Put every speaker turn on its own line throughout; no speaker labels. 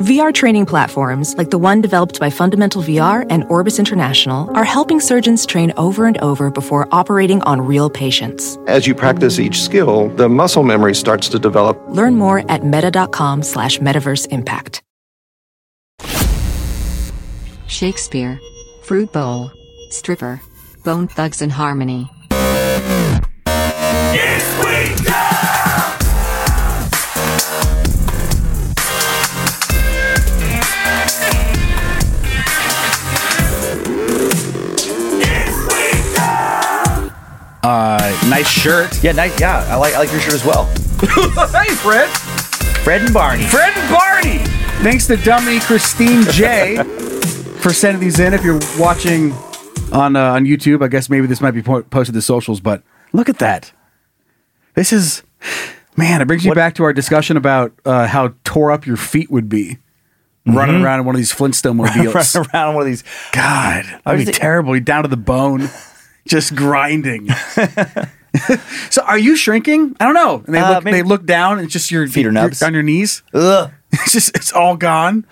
VR training platforms like the one developed by Fundamental VR and Orbis International are helping surgeons train over and over before operating on real patients.
As you practice each skill, the muscle memory starts to develop.
Learn more at meta.com slash metaverse impact.
Shakespeare, Fruit Bowl, Stripper, Bone Thugs and Harmony.
It's we now! It's we now!
Uh, nice shirt.
Yeah, nice. Yeah, I like I like your shirt as well.
hey, Fred.
Fred and Barney.
Fred and Barney. Thanks to dummy Christine J for sending these in. If you're watching on uh, on YouTube, I guess maybe this might be po- posted to socials. But look at that. This is man. It brings you back to our discussion about uh, how tore up your feet would be
Mm-hmm.
running around in one of these Flintstone mobiles.
Running around one of these. I
God, that'd
was
be
thi-
terrible. You're down to the bone, just grinding. so, are you shrinking? I don't know. And they
Uh,
look,
maybe-
they look down. And it's just your
Feet are
your-
nubs.
on your knees.
Ugh.
It's just it's all gone,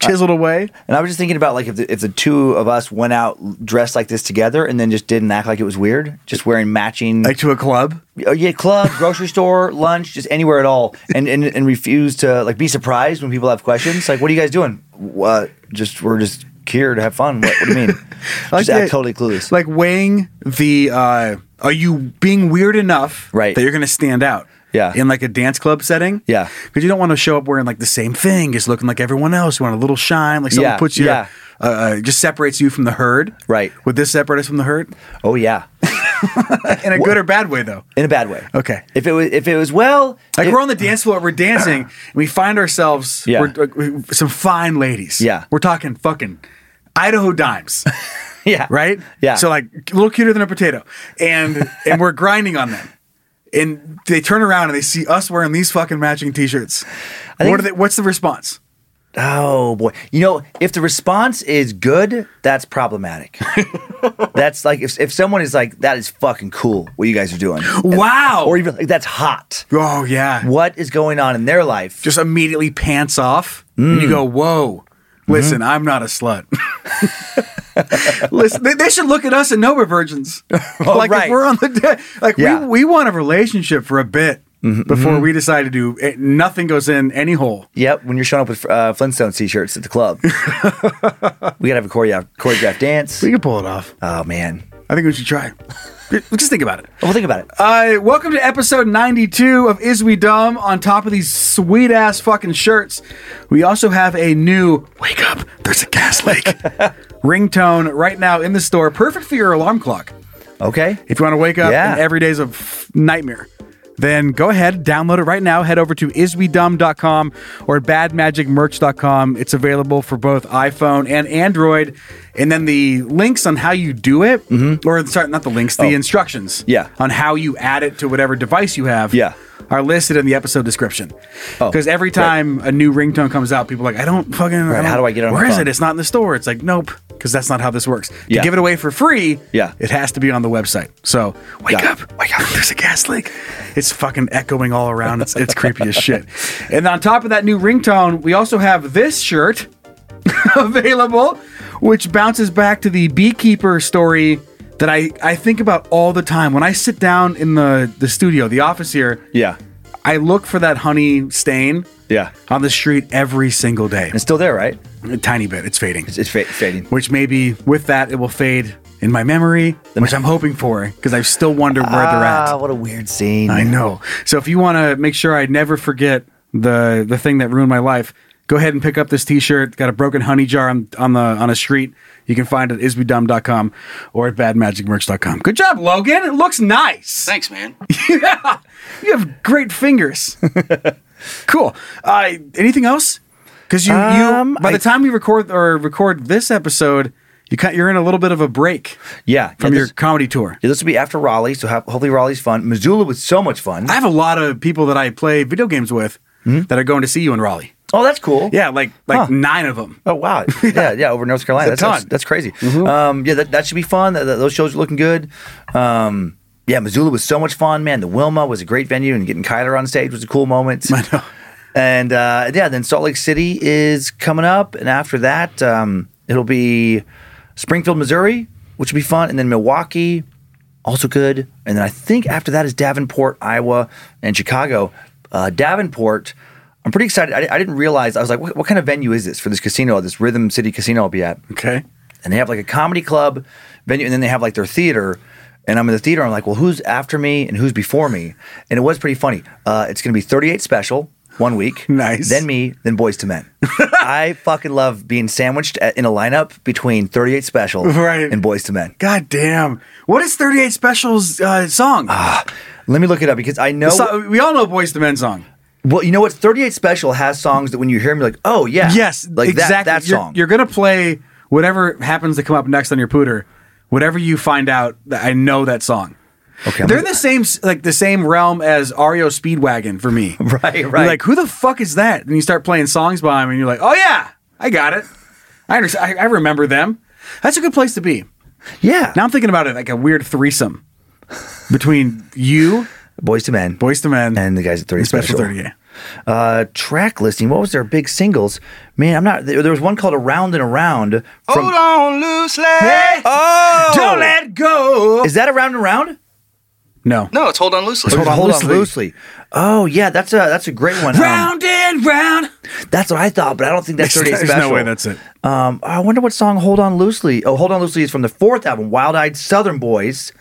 chiseled away.
And I was just thinking about like if the, if the two of us went out dressed like this together and then just didn't act like it was weird, just wearing matching
Like to a club.
Oh, yeah, club, grocery store, lunch, just anywhere at all, and and, and refuse to like be surprised when people have questions. Like, what are you guys doing? What? Just we're just here to have fun. What, what do you mean?
I
just
like
act
the-
totally clueless.
Like weighing the uh, are you being weird enough
Right.
that you're going to stand out?
Yeah.
In like a dance club setting?
Yeah.
Because you don't want to show up wearing like the same thing, just looking like everyone else. You want a little shine, like someone
Yeah,
puts you,
yeah.
uh, uh, just separates you from the herd.
Right.
Would this separate us from the herd?
oh yeah,
In a good or bad way, though.
in a bad way.
Okay.
If it was if it was well,
Like
it-
we're on the dance floor, we're dancing, and we find ourselves
Yeah.
we're, we're- some fine ladies.
Yeah.
We're talking fucking Idaho dimes.
yeah
right?
yeah.
So like a little cuter than a potato, and and we're grinding on them, and they turn around and they see us wearing these fucking matching t-shirts.
think-
what are they, what's the response?
Oh boy. You know, if the response is good, that's problematic. that's like if, if someone is like, that is fucking cool what you guys are doing.
Wow.
Or even like that's hot.
oh yeah,
What is going on in their life?
just immediately pants off, and you
Mm.
go, whoa.
Mm-hmm.
Listen, I'm not a slut. Listen, they, they should look at us and know we're virgins. like
Oh, right.
if we're on the de- like
Yeah. Mm-hmm,
we, we want a relationship for a bit before we decide to do it. Nothing goes in any hole.
Yep, when you're showing up with uh, Flintstones t-shirts at the club. we gotta have a choreo- choreographed dance.
can pull it off.
Oh man.
I think we should try. Just think about it.
Well think about it.
Uh, welcome to episode 92 of Is We Dumb. On top of these sweet ass fucking shirts, we also have a new Wake Up, There's a Gas Lake ringtone right now in the store, perfect for your alarm clock.
Okay.
If you want to wake up
Yeah.
and every day's a f- nightmare, then go ahead, download it right now. Head over to iswedumb.com or badmagicmerch.com. It's available for both iPhone and Android. And then the links on how you do it, or sorry, not the links, the instructions
Mm-hmm. Oh. Yeah.
on how you add it to whatever device you have
Yeah. Oh,
are listed in the episode description. Because every time a new ringtone comes out, people are like, I don't fucking. I don't-
how do I get it on my
Where is
phone?"
it? It's not in the store. It's like, nope, because that's not how this works. To
Yeah.
give it away for free,
Yeah.
it has to be on the website. So wake
Yeah.
up, wake up. There's a gas leak. It's fucking echoing all around. It's, it's creepy as shit. And on top of that new ringtone, we also have this shirt available, which bounces back to the beekeeper story that I, I think about all the time. When I sit down in the, the studio, the office here,
Yeah.
I look for that honey stain
Yeah.
on the street every single day.
It's still there, right?
A tiny bit. It's fading
It's, it's fa- fading.
which maybe with that it will fade in my memory, which I'm hoping for because I still wonder where they're
Ah,
at.
what a weird scene.
I know. So if you want to make sure I never forget the the thing that ruined my life, go ahead and pick up this T-shirt. Got a broken honey jar on, on the on a street. You can find it at isbydumb.com or at badmagicmerch.com. Good job, Logan. It looks nice.
Thanks, man.
You have great fingers. cool. Uh, anything else? Because you,
Um,
you by
I-
the time we record or record this episode, you cut, you're in a little bit of a break
Yeah,
from
yeah,
your
this-
comedy tour.
Yeah, this will be after Raleigh, so have, hopefully Raleigh's fun. Missoula was so much fun.
I have a lot of people that I play video games with that are going to see you in Raleigh.
oh, that's cool.
Yeah, like like
Hmm? Huh.
nine of them.
Oh wow. Yeah, yeah. Over North Carolina,
It's
that's
a
that's,
ton. Mm-hmm.
that's crazy. Um, yeah, that, that should be fun. Th- th- those shows are looking good. Um, yeah, Missoula was so much fun, man. The Wilma was a great venue, and getting Kyler on stage was a cool moment.
I know.
And uh, yeah, then Salt Lake City is coming up, and after that, um, it'll be Springfield, Missouri, which will be fun, and then Milwaukee, also good. And then I think after that is Davenport, Iowa, and Chicago. Uh, Davenport, I'm pretty excited. I, I didn't realize I was like, what, what kind of venue is this for this casino? This Rhythm City Casino I'll be at
Okay.
and they have like a comedy club venue, and then they have like their theater. And I'm in the theater. I'm like, well, who's after me and who's before me? And it was pretty funny. Uh, it's going to be 38 special one week,
Nice.
Then me, then Boys to Men. I fucking love being sandwiched at, in a lineup between 38 special
Right.
and Boys to Men.
God damn. What is 38 Special's uh, song?
Ah. Let me look it up because I know.
The so- we all know Boys to Men song.
well, you know what? 38 special has songs that when you hear them, you're like, oh yeah,
Yes,
like
exactly.
that that
You're-
song.
You're, gonna play whatever happens to come up next on your pooter. Whatever you find out, that- I know that song.
okay, I'm
They're
gonna-
the same, s- like the same realm as Ario Speedwagon for me.
Right,
You're
right.
like, who the fuck is that? And you start playing songs by him, and you're like, oh yeah, I got it. I understand. I, I remember them. That's a good place to be.
yeah.
Now I'm thinking about it like a weird threesome between you,
Boys to Men,
Boys to Men,
and the guys at 38
Special
special.
38.
uh, track listing. What was their big singles? Man, I'm not. There there was one called "Around and Around." From,
Hold on loosely.
Oh!
Don't let go.
Is that "Around and Around"?
No.
No, it's hold on loosely.
Or
Hold
just
On Loosely.
Oh yeah, that's a that's a great one. Um,
Round and round.
that's what I thought, but I don't think that's 38
There's no
special.
way that's it.
Um, I wonder what song "Hold On Loosely." Oh, "Hold On Loosely" is from the fourth album, Wild Eyed Southern Boys.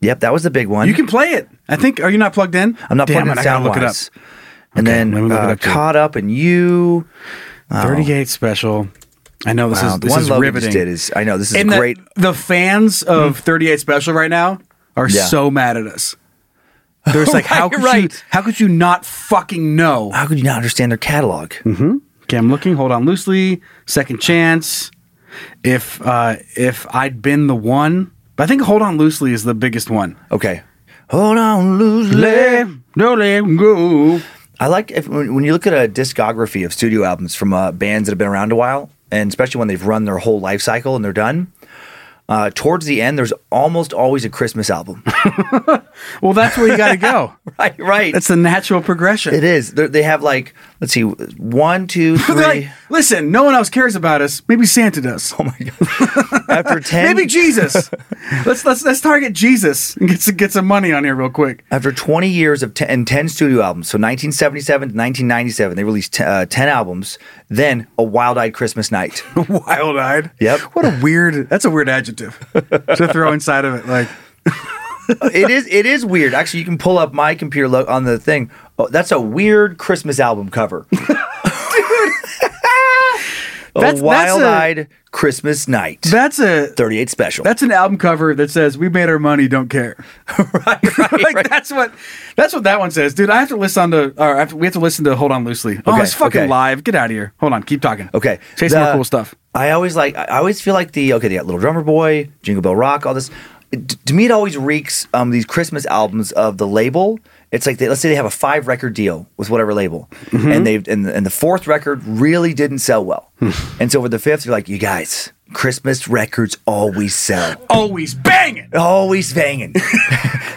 Yep, that was the big one.
You can play it. I think. Are you not plugged in?
I'm not
Damn
playing
it,
it
I gotta
sound
look it up.
wise. And
Okay, let me
then
look it
uh,
up, too.
caught up and you.
38 special. I know this
Wow,
is
the
this
one
is
Logan
riveting.
just did is I know this is
and the-
great. Hmm.
The, fans of 38 special right now are
Yeah.
so mad at us. They're just like, how
Right,
could you?
right.
How could you not fucking know?
How could you not understand their catalog?
Hmm. Okay, I'm looking. Hold on loosely. Second chance. If uh if I'd been the one, but I think hold on loosely is the biggest one.
Okay. Hold on loosely.
no let go.
I like if, when when you look at a discography of studio albums from uh, bands that have been around a while, and especially when they've run their whole life cycle and they're done. Uh, towards the end, there's almost always a Christmas album.
Well, that's where you got to go.
right, right.
That's the natural progression.
it is. They're, they have like, let's see, one, two,
But they're like,
three. Oh
listen, no one else cares about us. Maybe Santa does.
after ten,
Maybe Jesus. let's let's let's target Jesus and get some get some money on here real quick.
after 20 years of 10, and 10 studio albums, so 1977 to 1997, they released t- uh, 10 albums. Then a wild-eyed Christmas night.
Wild eyed.
Yep.
What a weird. That's a weird adjective to throw inside of it. Like
it is it is weird. Actually, you can pull up my computer lo- on the thing. Oh, that's a weird Christmas album cover.
That's- that's
a
a-
wild-eyed Christmas night.
that's a
38 special.
that's an album cover that says "We made our money, don't care."
right, right,
like
right.
that's what that's what that one says, dude. I have to listen to. Or I have to, we have to listen to "Hold On Loosely." oh,
Okay,
it's fucking
okay.
live. Get out of here. Hold on. Keep talking.
Okay.
Chase
the-
more cool stuff.
I always like I always feel like the okay, they got Little Drummer Boy, Jingle Bell Rock, all this. It- to me it always reeks um these Christmas albums of the label. It's like they, let's say they have a five record deal with whatever label,
Mm-hmm.
and they and, the- and the fourth record really didn't sell well, and so for the fifth, you're like, you guys, Christmas records always sell,
Always bang it.
always banging.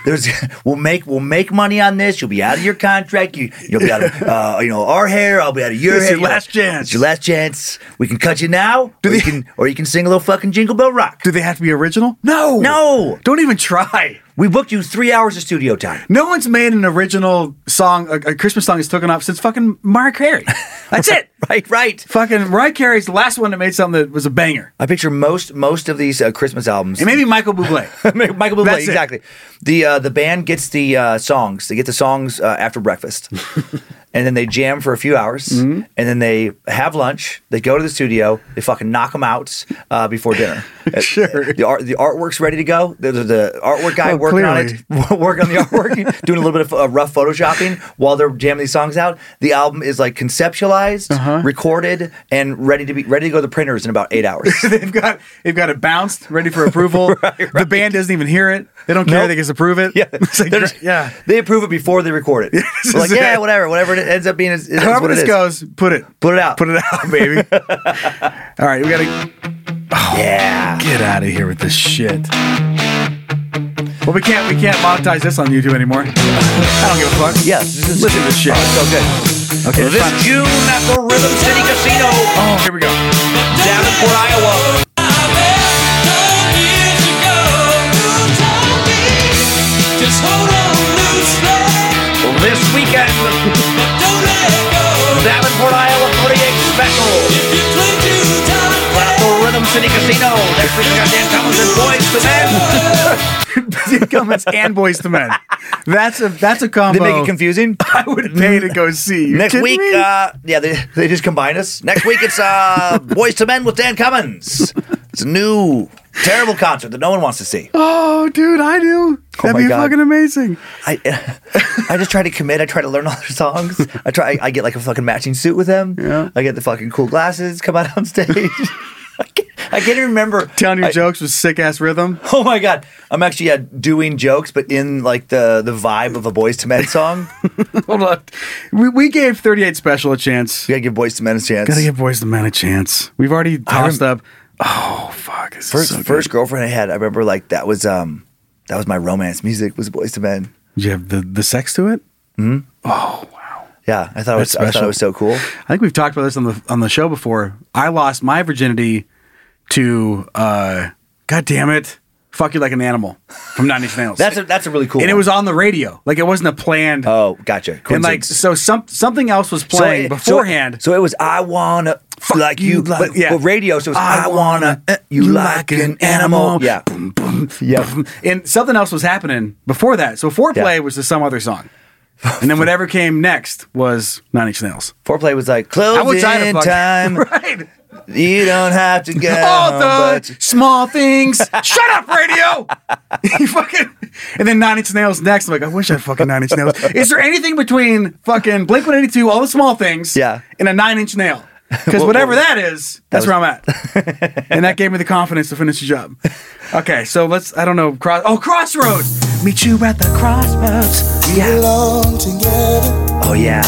There's we'll make we'll make money on this. You'll be out of your contract. You you'll be out of uh, you know our hair. I'll be out of your
It's
hair.
your last chance.
It's your last chance. We can cut you now. or you can or you can sing a little fucking jingle bell rock.
Do they have to be original? No.
No.
Don't even try.
We booked you three hours of studio time.
No one's made an original song, a, a Christmas song that's taken off since fucking Mariah Carey. That's it.
Right, right.
Fucking Mariah Carey's the last one that made something that was a banger.
I picture most most of these uh, Christmas albums.
And maybe Michael Bublé.
Michael Bublé,
That's it.
exactly. The uh, the band gets the uh, songs. They get the songs uh, after breakfast, and then they jam for a few hours,
Mm-hmm.
and then they have lunch. They go to the studio. They fucking knock them out uh, before dinner.
Sure.
The art the artwork's ready to go. The, the, the artwork guy
Oh,
working
clearly.
on it, working on the artwork, doing a little bit of uh, rough photoshopping while they're jamming these songs out. The album is like conceptualized.
Uh-huh.
recorded, and ready to be ready to go to the printers in about eight hours.
they've got they've got it bounced, ready for approval. The band doesn't even hear it. They don't care.
Nope.
They just approve it.
Yeah,
It's like,
They're just-
yeah.
They approve it before they record it.
This
They're like,
is
yeah,
it.
whatever, whatever it ends up being is, is
However
what
this
it is.
goes, put it,
Put it out.
put it out, baby. All right, we gotta
Yeah.
get out of here with this shit. Well, we can't we can't monetize this on YouTube anymore. I don't give a fuck.
Yes. This is,
Listen to this shit.
oh, it's so
Okay,
good.
it's fine.
This June at the Rhythm City Casino,
Oh, here we go.
Davenport, Iowa.
Just hold on loosely,
This weekend, the
but don't let go.
Davenport, Iowa 48 special.
If you cling too tight,
At the Rhythm City Casino. Next week, we got Dan Cummins and Boys to Men.
Cummins and Boys to Men. That's a that's a combo.
Did it make it confusing?
I would pay to go see. You
Next
kidding
week,
me?
uh, yeah, they, they just combined us. Next week, it's uh, Boys to Men with Dan Cummins. It's a new, terrible concert that no one wants to see.
oh, dude, I do. That'd
Oh my
be
God.
fucking amazing.
I, I just try to commit. I try to learn all their songs. I try. I get like a fucking matching suit with them.
Yeah.
I get the fucking cool glasses. Come out on stage. I, can't, I can't even remember.
Telling your
I-
jokes with sick ass rhythm.
Oh my god! I'm actually yeah, doing jokes, but in like the the vibe of a Boys to Men song. you
Hold on. We, we gave 38 Special a chance.
gotta give Boys to Men a chance.
Gotta give Boys the Man a chance. We've already tossed up. Oh, fuck. This
first
is so
first
good.
girlfriend I had. I remember like that was um that was my romance music was Boys to Men.
Did you have the, the sex to it?
Yeah, I thought it was.
That's
I thought
special.
it was so cool.
I think we've talked about this on the on the show before. I lost my virginity to, uh, God damn it, Fuck You Like an Animal from Nine Inch Nails.
That's a, that's a really cool.
and it
one.
was on the radio. Like it wasn't a planned.
oh gotcha.
and like
Coincidence.
so, some something else was
So
playing
it-
beforehand.
So, so it was I wanna
Fuck
like you,
you,
but-
like- yeah.
but radio. So it was I, wanna uh, you like an animal. Yeah,
Boom, boom,
Yeah.
boom. And something else was happening before that. So foreplay
Yeah.
was to some other song. And then whatever came next was Nine Inch Nails.
foreplay was like
I would
closing
try to fuck-
time.
right.
You don't have to go.
All the
but-
small things. Shut up, radio. you fucking. And then Nine Inch Nails next. I'm like, I wish I had fucking Nine Inch Nails. Is there anything between fucking Blink 182, all the small things,
Yeah.
and a Nine Inch Nail? Because
Well,
whatever
well,
that is, that's where I'm at. and that gave me the confidence to finish the job. Okay, so let's. I don't know. Cross. Oh, Crossroads. Meet you at the crossroads. Yeah.
oh yeah,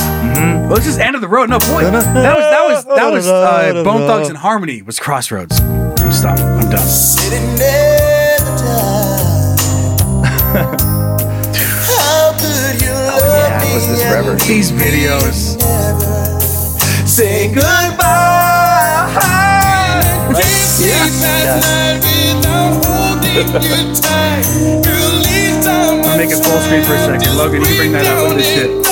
Well, this is end of the road. No point. That was that was that was uh, Bone Thugs and Harmony was Crossroads. I'm stopped. I'm done.
Oh, yeah. What's this forever?
These videos.
Say goodbye.
I'll make it full screen for a second. Logan, you bring that up with this shit.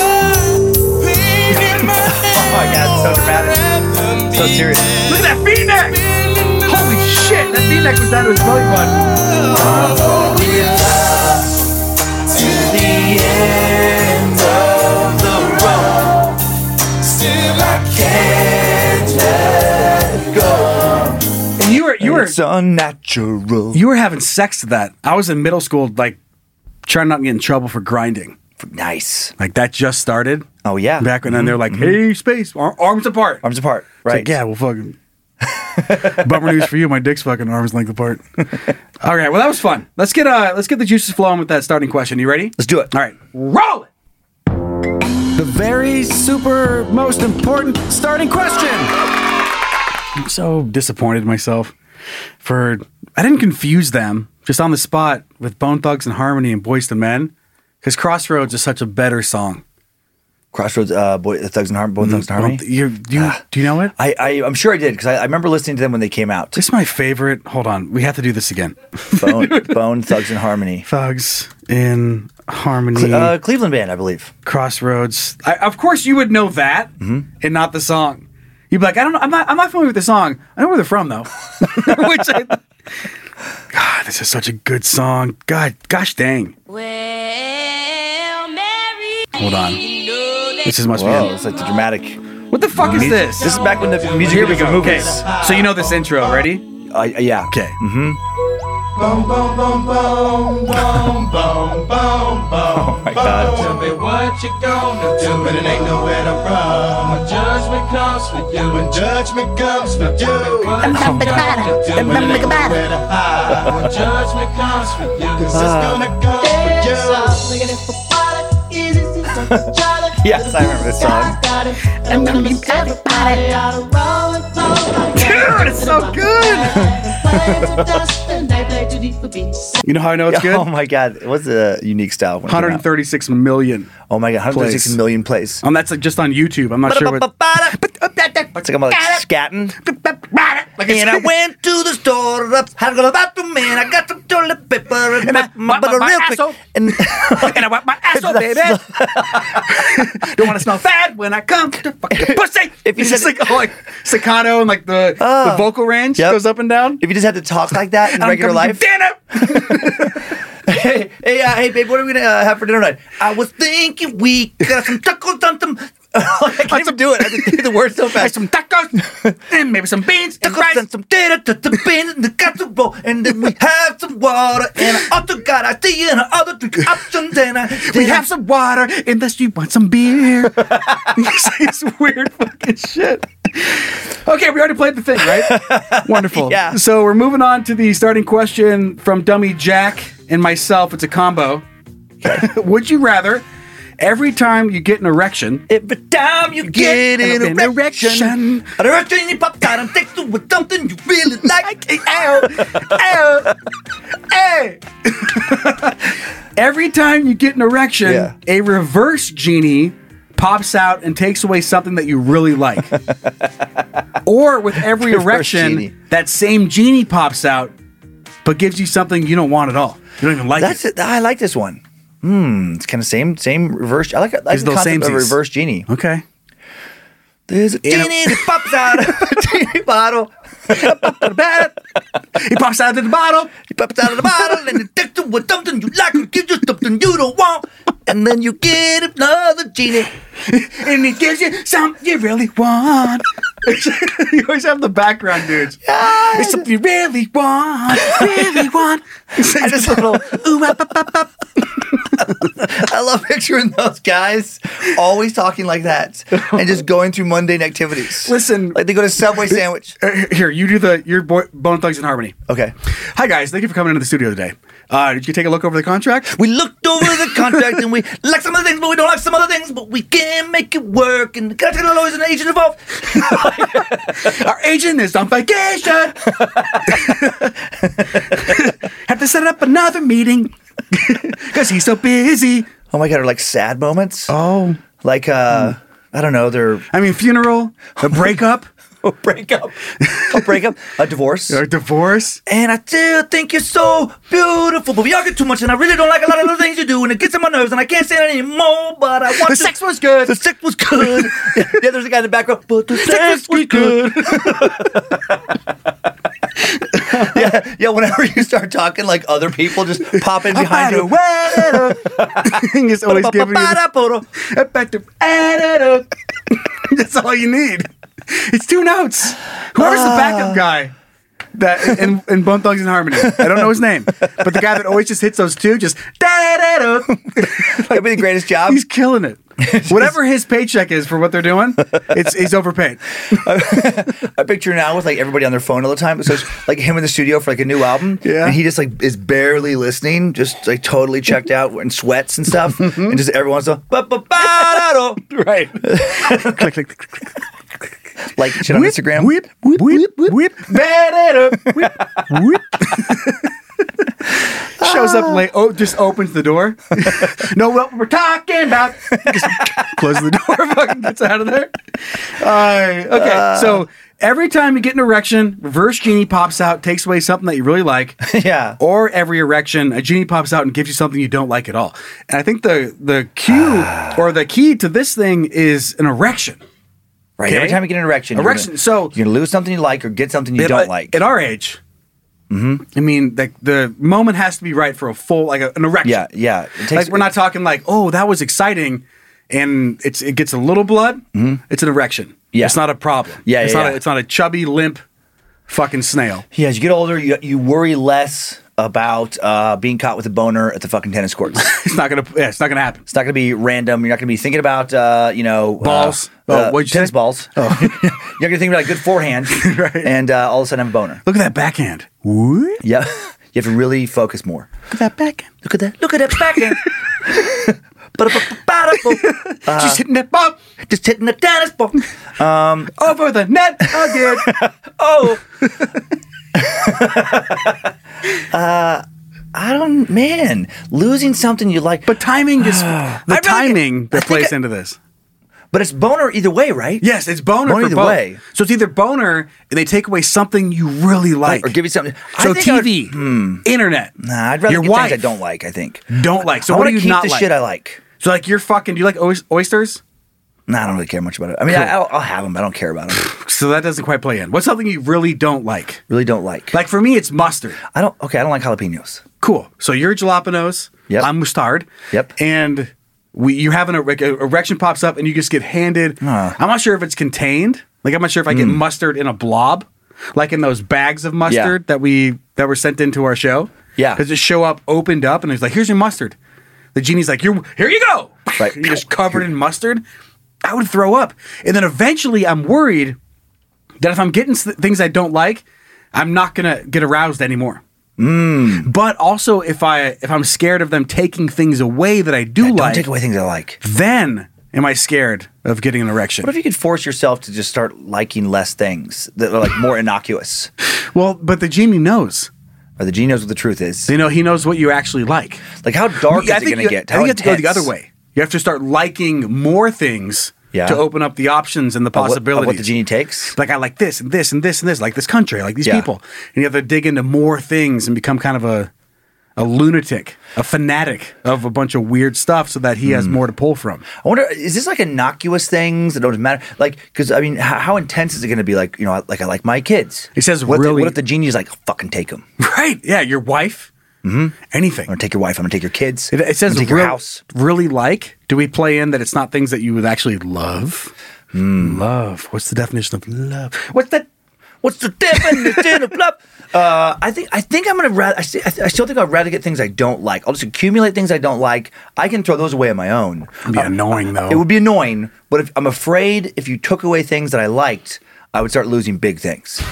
Oh my god, so dramatic, so serious.
Look at that V-neck! Holy shit, that V-neck was down to his belly button. And you were you were
It's unnatural.
you were having sex to that. I was in middle school, like trying not to get in trouble for grinding.
Nice.
Like that just started.
Oh yeah. Mm-hmm.
Back when then they're like, hey, space, ar- arms apart.
Arms apart.
It's
Right.
Like, yeah, well, fucking. Bummer news for you. My dick's fucking arms length apart. All right. Well, that was fun. Let's get uh, let's get the juices flowing with that starting question. You ready?
Let's do it.
All right. Roll it.
The very super most important starting question.
I'm so disappointed in myself for I didn't confuse them just on the spot with Bone Thugs and Harmony and Boys to Men because Crossroads is such a better song.
Crossroads. Uh, boy, Thugs and Harmony.
Mm-hmm.
Both Thugs and Harmony.
Don't- you, you, do you know it?
I, I I'm sure I did because I, I remember listening to them when they came out.
This is my favorite. Hold on, we have to do this again.
Bone, Bone Thugs and Harmony,
Thugs in Harmony,
uh, Cleveland band, I believe.
Crossroads. I, of course, you would know that
Mm-hmm.
and not the song. You'd be like, I don't know. I'm not. I'm not familiar with the song. I know where they're from though. Which I, God, this is such a good song. God, gosh dang.
Well,
Hold on. This is must
Whoa,
be.
it's like the dramatic.
it. What the fuck is this?
This is back when the music
Here we
videos
go.
were
Okay.
movies.
So you know this intro, ready?
Uh, yeah.
Okay. Mm-hmm.
Oh my God.
Tell me what you gonna do, but it ain't nowhere to run. When judgment comes for you, when judgment comes for you, what you gonna do, but it ain't nowhere to hide. When judgment comes for you,
Ah.
'cause it's gonna come for you.
Yes, I remember this song.
Dude, it's so good.
You know how I know it's good?
Oh my God. It was a unique style. When it came out.
136 million.
Oh my God. 136
plays.
million plays.
And that's like just on YouTube. I'm not sure what. uh,
It's like I'm like scatting. And I went to the store, up, had to go to the bathroom, and I got some toilet paper and, my, my, butter real quick. And
and I wipe my ass off, baby. Don't want to smell fat when I come to fuck your pussy.
If you
it's just
said-
like all like staccato and like the, the vocal range
Yep.
goes up and down.
if you just had to talk like that in
I'm
regular
coming
life,
to dinner.
hey, hey, uh, hey, babe, what are we gonna uh, have for dinner tonight? I was thinking we got some tacos on some. I can't even do it. I have to do the words so
Have
fast.
some tacos and maybe some beans and
Tacos
rice.
and some data to the bin and the casserole, and then we have some water. And I also got idea and other drink options. And I
We have some water unless you want some beer. it's weird fucking shit. Okay, we already played the thing, right? Wonderful.
Yeah.
So we're moving on to the starting question from Dummy Jack and myself. It's a combo. Would you rather every time you get an erection,
Every time you get, an,
an
erection,
erection.
an erection, you pop out and text you with something you really like.
ow, hey. every time you get an erection,
Yeah.
a reverse genie pops out and takes away something that you really like. or with every
Reverse
erection,
genie.
that same genie pops out but gives you something you don't want at all. You don't even like
That's
it.
it. I like this one. Hmm, it's kind of same, same reverse. I like, I like
It's
the
those
concept of
samesies.
reverse genie.
Okay.
There's a
In a-
genie that pops out of a genie bottle.
He pops out of the bottle.
He pops out of the bottle and it takes you with something you like and gives you something you don't want. And then you get another genie.
and it gives you something you really want. you always have the background dudes. It's something you really want, really want.
I just little ooh, up, up, up, up. I love picturing those guys always talking like that and just going through mundane activities.
Listen.
like they go to Subway sandwich.
Uh, Here, you do the your boy, Bone Thugs and Harmony.
Okay,
Hi guys, thank you for coming into the studio today. Uh, did you take a look over the contract?
we looked over the contract and we like some of the things, but we don't like some other things. But we can make it work. And can I tell you, always an agent involved?
Our agent is on vacation. Have to set up another meeting because he's so busy.
Oh my god, are like sad moments.
Oh,
Like uh, I don't know, they're
I mean funeral, a breakup,
a breakup, a breakup, a divorce.
a divorce.
And I still think you're so beautiful, but we argue too much, and I really don't like a lot of the things you do, and it gets on my nerves, and I can't stand it anymore. But I want to-
The sex was good.
The sex was good. yeah, there's a guy in the background, but the sex, was good. yeah, yeah. Whenever you start talking like other people, just pop in behind you.
It's always giving you the-
Ba-ba-ba-da-ba-da.
That's all you need. It's two notes. Whoever's the
Ah.
backup guy that in, in Bone Thugs and Harmony. I don't know his name, but the guy that always just hits those two, just da-da-da.
That'd be the greatest job.
he's killing it. Whatever his paycheck is for what they're doing, it's he's overpaid.
I picture now with like everybody on their phone all the time. So it's like him in the studio for like a new album.
Yeah.
And he just like is barely listening, just like totally checked out and sweats and stuff.
Mm-hmm.
and just everyone's like, "Ba-ba-ba-da-do."
Right. click, click, click, click.
like shit on
Whip,
Instagram.
Whip, whip, whip, whip, whip, da-da-da, whip, whip. Shows up late. Oh, just opens the door. no, what we're talking about. Just closes the door. Fucking gets out of there. Uh, okay, so every time you get an erection, reverse genie pops out, takes away something that you really like.
Yeah.
Or every erection, a genie pops out and gives you something you don't like at all. And I think the the cue
Ah.
or the key to this thing is an erection. eh?
Right. Every time you get an erection, you're
Erection,
gonna-
so-
you're gonna lose something you like or get something you
at-
don't like.
uh,
Mm-hmm.
at our age. I mean, like the moment has to be right for a full, like a, an erection.
yeah, yeah. It takes-
like we're not talking like, oh, that was exciting, and it's it gets a little blood. It's an erection.
Mm-hmm. Yeah.
it's not a problem.
Yeah,
it's
yeah,
not.
yeah.
A, it's not a chubby, limp, fucking snail.
Yeah, as you get older, you you worry less about uh, being caught with a boner at the fucking tennis courts.
It's not gonna. Yeah, it's not gonna happen.
It's not going to be random. You're not going to be thinking about, uh, you know,
Balls.
Uh,
Oh,
uh,
what'd you
tennis
say?
balls. You're not going to think about a good forehand, and uh, all of a sudden have a boner.
Look at that backhand. What? Look
Yeah, you have to really focus more.
at that backhand.
Look at that! Look at that backhand. Ba-da-ba-ba-ba-da-ba.
She's hitting that bomb
Just hitting the tennis ball.
over the net again.
Oh. uh, Uh, I don't, man. Losing something you like, but
but timing is the
really-
timing
I
that
think
plays
I-
into this.
but it's boner either way, right?
Yes, it's boner,
Boner
for
either
both.
way.
So it's either boner and they take away something you really like,
or give you something- I
So
think I would- Hmm.
TV, internet.
Nah, I'd rather
your
get
wife
things I don't like. I think.
don't like. So
I
what
wanna
do you
keep
not
the
like?
shit I like.
So like you're fucking. Do you like oys- oysters?
Nah, I don't really care much about it. I mean, I, I'll, I'll have them. I don't care about them.
So that doesn't quite play in. What's something you really don't like?
really don't like.
Like for me, it's mustard.
I don't. Okay, I don't like jalapenos.
Cool. So you're jalapenos.
Yep.
I'm mustard.
Yep.
And we, you have an erec- erection pops up, and you just get handed. I'm not sure if it's contained. Like I'm not sure if I
Hmm.
get mustard in a blob, like in those bags of mustard that we that were sent into our show.
Yeah.
Because it show up opened up, and it's like, here's your mustard. The genie's like, you're here. You go.
Right.
you're just covered in mustard. I would throw up, and then eventually I'm worried that if I'm getting s- things I don't like, I'm not gonna get aroused anymore
Hmm.
but also if I if I'm scared of them taking things away that I do
I don't
like,
take away things I like.
then am I scared of getting an erection?
What if you could force yourself to just start liking less things that are like more innocuous?
well, but the genie knows.
Or the genius knows what the truth is.
You know, he knows what you actually like.
Like how dark
I
is it
think
going
you-
to get?
I
How
think you have to go the
intense?
other way. You have to start liking more things
Yeah.
to open up the options and the
Of what- of
possibilities.
What, the genie takes?
like I like this and this and this and this, I like this country, I like these
Yeah.
people, and you have to dig into more things and become kind of a a lunatic, a fanatic of a bunch of weird stuff, so that he
Hmm.
has more to pull from.
I wonder, is this like innocuous things that don't matter? Like, because I mean, how, how intense is it going to be? Like, you know, like I like my kids.
It says
what if the-
really-
what if the genie's like, fucking take them? I'm
Right. Yeah. Your wife. Mm-hmm. Anything.
gonna take your wife. I'm gonna take your kids.
It, it
I'm
says
gonna take
real-
your house.
really like. Do we play in that it's not things that you would actually love?
Hmm.
Love. What's the definition of love? What's that?
What's the definition of love? Uh, I think I think I'm gonna rather. I, sti- I, th- I still think I'd rather get things I don't like. I'll just accumulate things I don't like. I can throw those away on my own.
It'd be annoying though.
Uh, It would be annoying, but if, I'm afraid if you took away things that I liked, I would start losing big things.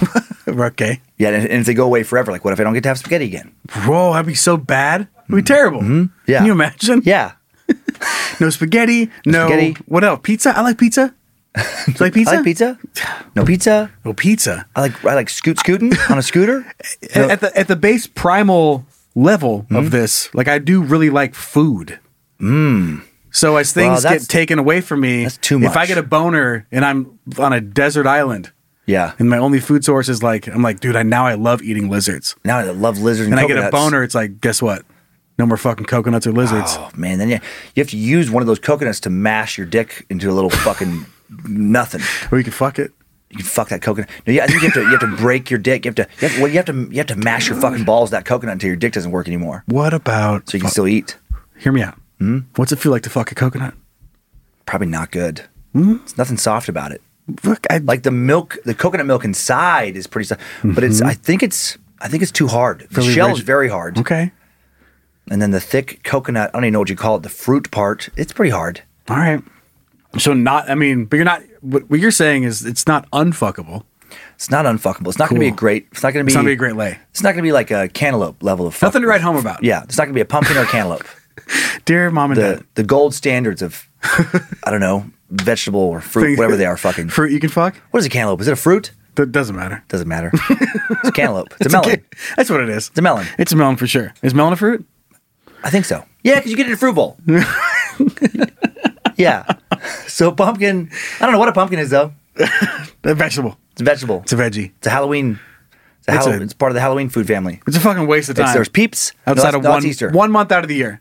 okay.
yeah, and, and if they go away forever, like what if I don't get to have spaghetti again?
Whoa, that'd be so bad. It'd be terrible.
Hmm. Mm-hmm. Yeah.
Can you imagine?
Yeah,
No spaghetti. No.
spaghetti.
What else? Pizza. I like pizza. Do you like pizza?
I like pizza. No pizza.
Oh, pizza.
I like I like scoot scooting on a scooter.
At- At the at the base primal level
Hmm?
of this, like I do really like food. Mm. So as
Hmm. Well,
things
that's-
get taken away from me,
that's too
If I
much.
get a boner and I'm on a desert island,
Yeah.
and my only food source is like, I'm like, dude, I now I love eating lizards,
Now I love lizards. And,
and I get a
coconuts.
boner. It's like, guess what? No more fucking coconuts or lizards.
Oh man, then you, you have to use one of those coconuts to mash your dick into a little fucking nothing.
Or you can fuck it.
You can fuck that coconut. No, yeah, I think you have to. You have to break your dick. You have to. You have, well, you have to. You have to mash your fucking balls with that coconut until your dick doesn't work anymore,
What about?
so you can still Hmm? eat.
Hear me out. What's it feel like to fuck a coconut?
Probably not good.
Hmm?
It's nothing soft about it.
Look, I
Like the milk, the coconut milk inside is pretty soft, but it's. I think it's. I think it's too hard. The
Mm-hmm. Really
shell
rigid.
is very hard,
Okay.
and then the thick coconut. I don't even know what you call it. The fruit part. It's pretty hard.
All right. So not, I mean, but you're not. What, what you're saying is it's not unfuckable.
It's not unfuckable. It's not going to be
Cool.
a great. It's not going to be.
It's not gonna be a great lay.
It's not going to be like a cantaloupe level of. Fuck.
Nothing to write home about.
Yeah, it's not going to be a pumpkin or a cantaloupe.
Dear mom and
The
dad.
the gold standards of, I don't know, vegetable or fruit,
Things-
whatever they are. Fucking.
Fruit you can fuck?
What is a cantaloupe? Is it a fruit?
That doesn't matter.
Doesn't matter. It's a cantaloupe. It's a melon.
That's what it is.
It's a melon.
It's a melon for sure. Is melon a fruit?
I think so. Yeah, because you get it in a fruit bowl. yeah. So pumpkin. I don't know what a pumpkin is though.
A vegetable.
It's a vegetable.
It's a veggie.
It's a Halloween. It's, a
It's a-
Halloween. it's part of the Halloween food family.
It's a fucking waste of
It's,
time.
there's peeps No,
outside
that's-
of
no, that's
one
Easter.
one month out of the year.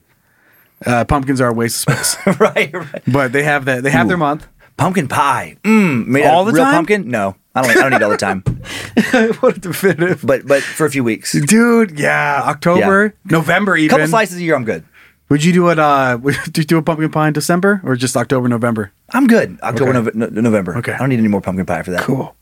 Uh, pumpkins are a waste of space,
right, right.
but they have that. They have their month.
Pumpkin pie. Mmm. Made
All
out of
the
real
time?
pumpkin? No. I don't, I don't eat all the time.
what a definitive,
But but for a few weeks. A
dude. Yeah, October, November, even.
couple slices a year, I'm good.
Would you do it? Uh, would you do a pumpkin pie in December or just October, November?
I'm good. October,
Okay.
Nove- no- November.
Okay.
I don't need any more pumpkin pie for that.
Cool.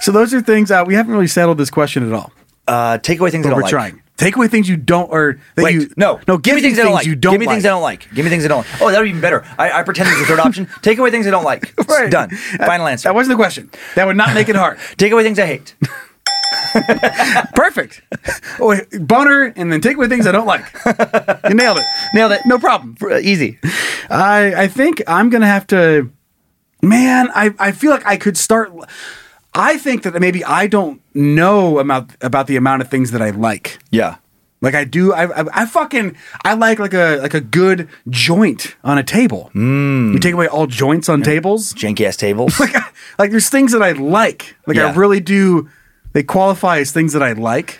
so those are things uh, we haven't really settled this question at all.
Uh, take away things
But
I don't
we're
like.
trying. Take away things you don't or that
Wait,
you
no,
no. Give, me things,
I don't like.
you don't
give me things I don't like. Give me things I don't like. Oh, that would be even better. I, I pretend it's the third option. Take away things I don't like. It's
Right.
Done. Final answer.
That wasn't the question. That would not make it hard.
Take away things I hate.
Perfect. Oh, boner, and then take away things I don't like. You nailed it.
Nailed it.
No problem.
Uh, Easy.
I I think I'm gonna have to. Man, I I feel like I could start. I think that maybe I don't know about about the amount of things that I like.
Yeah.
Like I do, I, I, I fucking I like like a like a good joint on a table. Mm. You take away all joints on tables.
Janky ass tables.
Oh Like there's things that I like. Like I
Yeah.
really do. They qualify as things that I like,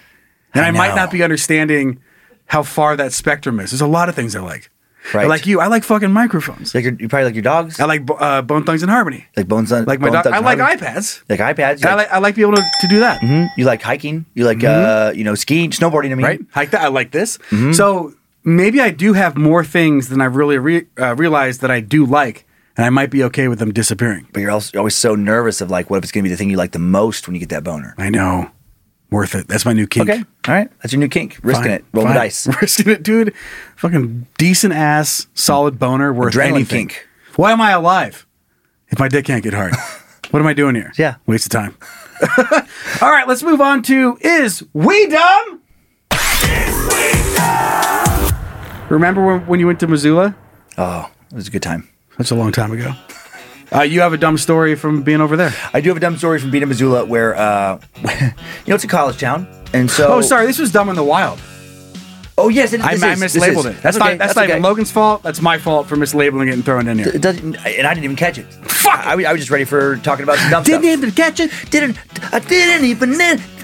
and I,
I
might
know.
not be understanding how far that spectrum is. There's a lot of things I like. I
Right.
like you. I like fucking microphones.
like your, you probably like your dogs.
I like bo- uh, Bone Thugs and Harmony.
like bones. on-
Like my
Bone
dog.
Thugs
I
and
like
Harmony.
iPads.
Like Mm-hmm. iPads.
And I like I like being able to, to do that.
You like hiking. You like uh, you know skiing, snowboarding. I mean,
Mm-hmm. right? Hike that. I like this.
Mm-hmm.
So maybe I do have more things than I really re- uh, realized that I do like, and I might be okay with them disappearing.
But you're also you're always so nervous of like, what if it's gonna be the thing you like the most when you get that boner?
I know, worth it. That's my new kink.
Okay. All right. That's your new kink. Risking
Fine.
it. Roll
Fine.
the dice.
Risking it, dude. Fucking decent ass, solid boner, worth
Adrenaline
anything.
kink.
Why am I alive if my dick can't get hard? what am I doing here?
Yeah.
waste of time. All right, let's move on to is we dumb? Remember when, when you went to Missoula?
Oh, it was a good time.
That's a long time ago. Uh, you have a dumb story from being over there.
I do have a dumb story from being in Missoula where, uh, you know, it's a college town. And so.
Oh, sorry. This was dumb in the wild.
Oh, yes. It,
I, I
this is- this
mislabeled
is.
it. That's
okay,
not. That's, not
okay.
even Logan's fault. That's my fault for mislabeling it and throwing it in
It
here.
doesn't, and I didn't even catch it. Fuck! I, I was just ready for talking about some dumb stuff.
even catch it.
Didn't I didn't even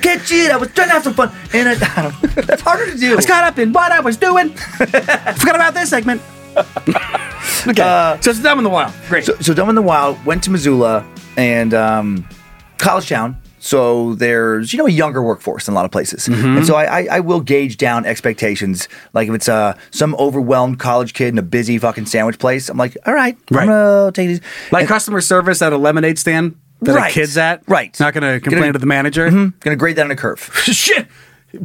catch it. I was trying to have some fun, and I, I don't, that's harder to do.
I was caught up in what I was doing. Forgot about this segment. okay.
Uh,
so it's dumb in the wild. Great.
So, so Dumb in the Wild went to Missoula and um, college town. So there's you know a younger workforce in a lot of places,
Mm-hmm.
and so I, I I will gauge down expectations. Like if it's uh, some overwhelmed college kid in a busy fucking sandwich place, I'm like, all right,
Right.
I'm gonna take these.
like customer service at a lemonade stand that
Right.
a kid's at.
Right.
Not gonna complain
Gonna- Mm-hmm.
to the manager.
gonna grade that on a curve.
shit.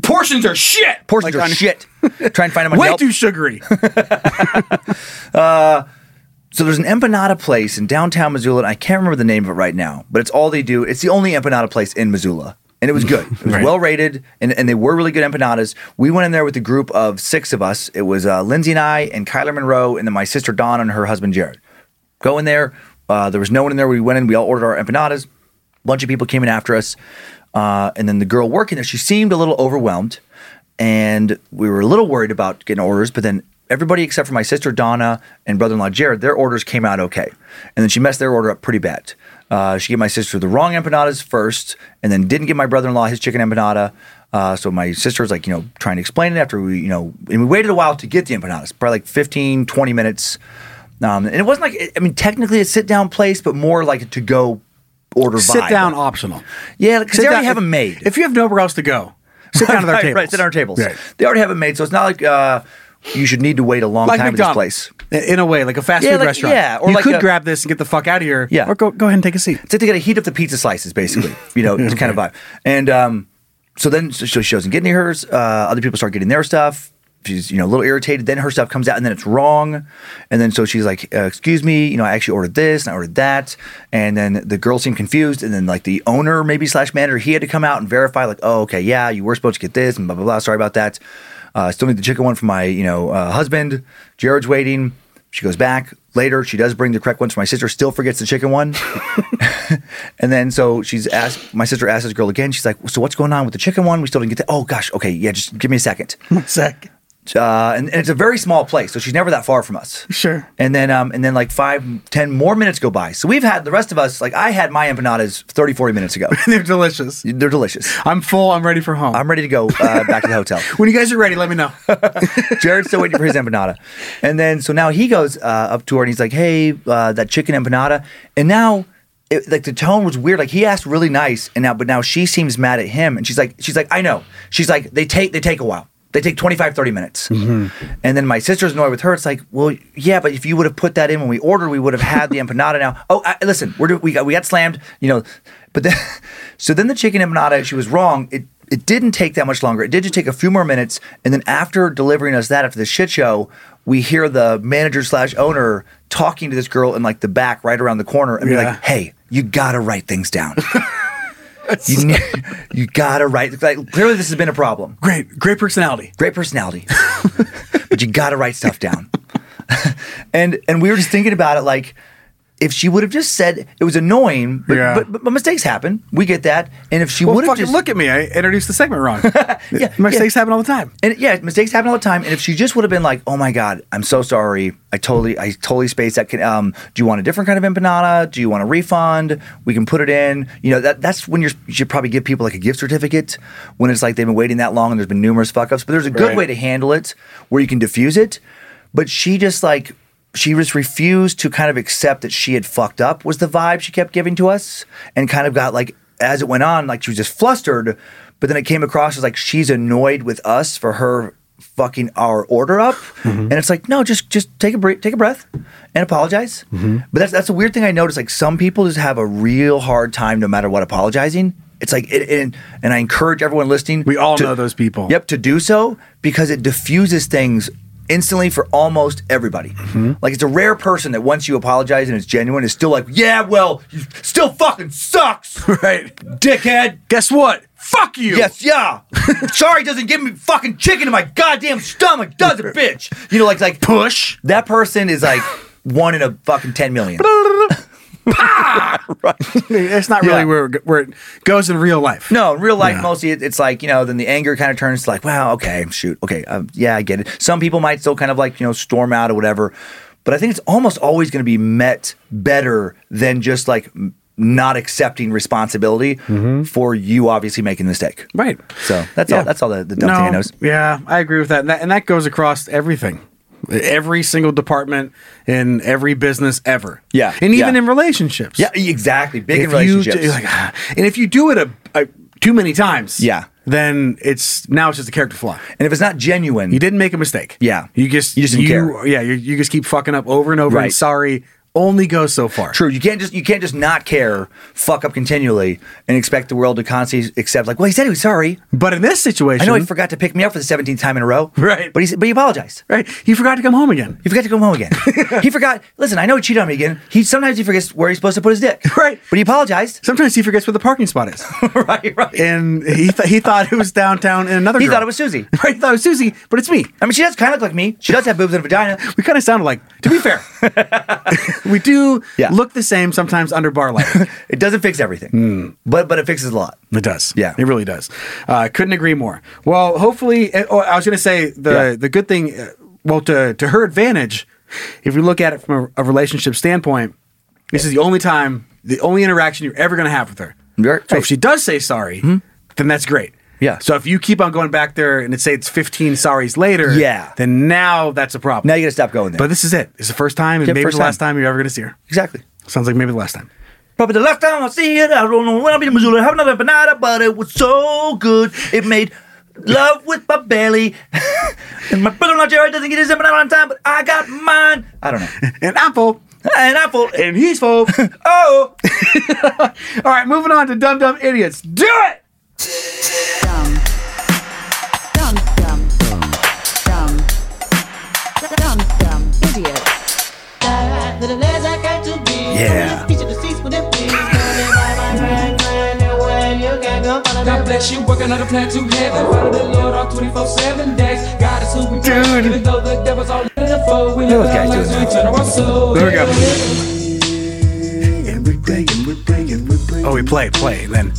Portions are shit.
Portions
Like
are
on-
shit. Try and find them on
Way
Yelp.
too sugary.
So there's an empanada place in downtown Missoula, and I can't remember the name of it right now, but it's all they do. It's the only empanada place in Missoula. And it was good. It was
Right.
well rated, and, and they were really good empanadas. We went in there with a group of six of us. It was uh, Lindsay and I, and Kyler Monroe, and then my sister Dawn and her husband Jared. Go in there. Uh, there was no one in there. We went in. We all ordered our empanadas. A bunch of people came in after us. Uh, and then the girl working there, she seemed a little overwhelmed. And we were a little worried about getting orders. But then everybody except for my sister Donna and brother in law Jared, their orders came out okay. And then she messed their order up pretty bad. Uh, she gave my sister the wrong empanadas first, and then didn't give my brother in law his chicken empanada. Uh, so my sister was like, you know, trying to explain it after we, you know, and we waited a while to get the empanadas, probably like 15, 20 minutes. Um, and it wasn't like, I mean, technically a sit down place, but more like a to go order
Sit
vibe.
down optional.
Yeah, because they
Sit down-
already have them made.
If you have nowhere else to go, sit down at our
right,
tables.
Right, sit at our tables.
Right.
They already have them made, so it's not like uh, you should need to wait a long
Like
time
McDonald's.
at this place.
In a way, like a fast
Yeah,
food
like-
restaurant.
yeah, or
you
like
could
a-
grab this and get the fuck out of here.
Yeah.
Or go, go ahead and take a seat.
It's like they got to heat up the pizza slices, basically. You know, it's kind of vibe. And um, so then so she doesn't get any hers. Uh, other people start getting their stuff. She's you know a little irritated. Then her stuff comes out, and then it's wrong. And then so she's like, uh, "Excuse me, you know, I actually ordered this, and I ordered that." And then the girl seemed confused. And then like the owner, maybe slash manager, he had to come out and verify, like, "Oh, okay, yeah, you were supposed to get this, and blah blah blah. Sorry about that. Uh, still need the chicken one for my you know uh, husband. Jared's waiting." She goes back later. She does bring the correct ones for my sister. Still forgets the chicken one. And then so she's asked my sister asked this girl again. She's like, "So what's going on with the chicken one? We still didn't get that." Oh gosh, okay, yeah, just give me a second.
Hmm. Zach.
Uh, and, and it's a very small place, so she's never that far from us.
Sure.
And then um, and then like five, ten more minutes go by. So we've had the rest of us like I had my empanadas 30, 40 minutes ago.
They're delicious.
They're delicious.
I'm full. I'm ready for home.
I'm ready to go uh, back to the hotel.
when you guys are ready, let me know.
Jared's still waiting for his empanada. And then, so now he goes uh, up to her and he's like, hey, uh, that chicken empanada. And now, it, like the tone was weird. Like he asked really nice, and now, but now she seems mad at him. And she's like, she's like, I know. She's like, they take, they take a while. They take 25, 30 minutes. And then my sister's annoyed with her. It's like, well, yeah, but if you would have put that in when we ordered, we would have had the empanada now. Oh, I, listen, we're, do- we, got, we got slammed, you know. But then, so then the chicken empanada, she was wrong. It it didn't take that much longer. It did just take a few more minutes, and then after delivering us that after the shit show, we hear the manager slash owner talking to this girl in like the back, right around the corner, and be
Yeah.
like, "Hey, you gotta write things down. you ne- you gotta write. Like clearly, this has been a problem.
Great, great personality.
Great personality, but you gotta write stuff down." and and we were just thinking about it, like if she would have just said it was annoying, but,
Yeah.
but, but mistakes happen. We get that. And if she
Well,
would have
fucking
just
look at me. I introduced the segment wrong.
Yeah,
Mistakes
yeah.
happen all the time.
And yeah, mistakes happen all the time. And if she just would have been like, "Oh my god, I'm so sorry. I totally, I totally spaced that. Can, um, do you want a different kind of empanada? Do you want a refund? We can put it in. You know, that that's when you're, you should probably give people like a gift certificate when it's like they've been waiting that long and there's been numerous fuck ups. But there's a good
Right.
way to handle it where you can diffuse it. But she just like she just refused to kind of accept that she had fucked up was the vibe she kept giving to us and kind of got like as it went on like she was just flustered but then it came across as like she's annoyed with us for her fucking our order up
Mm-hmm.
and it's like no just just take a break take a breath and apologize
Mm-hmm.
but that's that's a weird thing i noticed like some people just have a real hard time no matter what apologizing it's like it, and, and i encourage everyone listening
We all
to-
know those people.
yep to do so because it diffuses things instantly for almost everybody.
Mm-hmm.
Like it's a rare person that once you apologize and it's genuine is still like, yeah, well, you still fucking sucks,
Right.
dickhead.
Guess what? Fuck you.
Yes, yeah. Sorry, doesn't give me fucking chicken in my goddamn stomach, does it, bitch? You know, like like
Push.
that person is like one in a fucking ten million.
It's not really
Yeah.
where, it- where it goes in real life.
No, in real life, mostly it, it's like you know. Then the anger kind of turns to like, wow, okay, shoot, okay, um, yeah, I get it. Some people might still kind of like you know storm out or whatever, but I think it's almost always going to be met better than just like m- not accepting responsibility for you obviously making the mistake.
Mm-hmm. Right.
So that's all. That's all the, the dumb
no,
thing I know.
Yeah, I agree with that. And, that. and that goes across everything. Every single department in every business ever.
Yeah,
And even
yeah.
in relationships.
Yeah, e, exactly. Big in
If you
relationships.
do- like, ah, and if you do it a, a, too many times,
Yeah.
then it's now it's just a character flaw.
and if it's not genuine,
You didn't make a mistake.
Yeah.
You just
You just didn't care.
Yeah, you, you just keep fucking up over and over.
Right.
And sorry only goes so far.
True. You can't just you can't just not care, fuck up continually, and expect the world to constantly accept like, well, he said he was sorry.
But in this
I
situation,
know he forgot to pick me up for the 17th time in a row.
Right.
But he, s- but he apologized.
right? He forgot to come home again.
He forgot to come home again. he forgot. Listen, I know he cheated on me again. He sometimes he forgets where he's supposed to put his dick.
Right.
But he apologized.
Sometimes he forgets where the parking spot is,
right. Right.
and he th- he thought it was downtown in another.
he
girl.
thought it was Susie.
Right, he thought it was Susie, but it's me.
I mean, she does kind of look like me. She does have boobs and a vagina.
We kind of sound alike. To be fair, we do
Yeah.
look the same sometimes under bar lighting.
It doesn't fix everything,
Hmm.
but but it fixes a lot.
It does.
Yeah.
it really does. Uh, couldn't agree more. Well, hopefully, eh, oh, I was going to say the
Yeah.
the good thing. eh, Well, to to her advantage, if you look at it from a, a relationship standpoint, this is the only time, the only interaction you're ever going to have with her.
Right. Hmm?
So if she does say sorry, then that's great.
Yeah.
So if you keep on going back there and it say it's 15 sorries later,
Yeah.
then now that's a problem.
Now you gotta stop going there.
But this is it. It's the first time and
Yep,
maybe
first
the last
time.
time you're ever going to see her.
Exactly.
Sounds like maybe the last time.
Probably the last time I see it, I don't know when I'll be in Missoula. Have another banana, but it was so good. It made love with my belly. and my brother-in-law Jared doesn't get his banana on time, but I got mine. I don't know.
And Apple.
And I full.
And he's full.
Oh.
All right, moving on to Dumb Dumb Idiots. Do it!
Dumb. Dumb, dumb. Dumb. Dumb, dumb. Idiot.
Yeah.
God bless you, working on a plan to heaven. Follow the Lord all 24 7 days. God is who we
Dude.
turn. Even though the devil's all in the foe, we
Those
live our
guys
lives,
do
we
it.
turn our soul.
There we go. Oh, we play, play, then.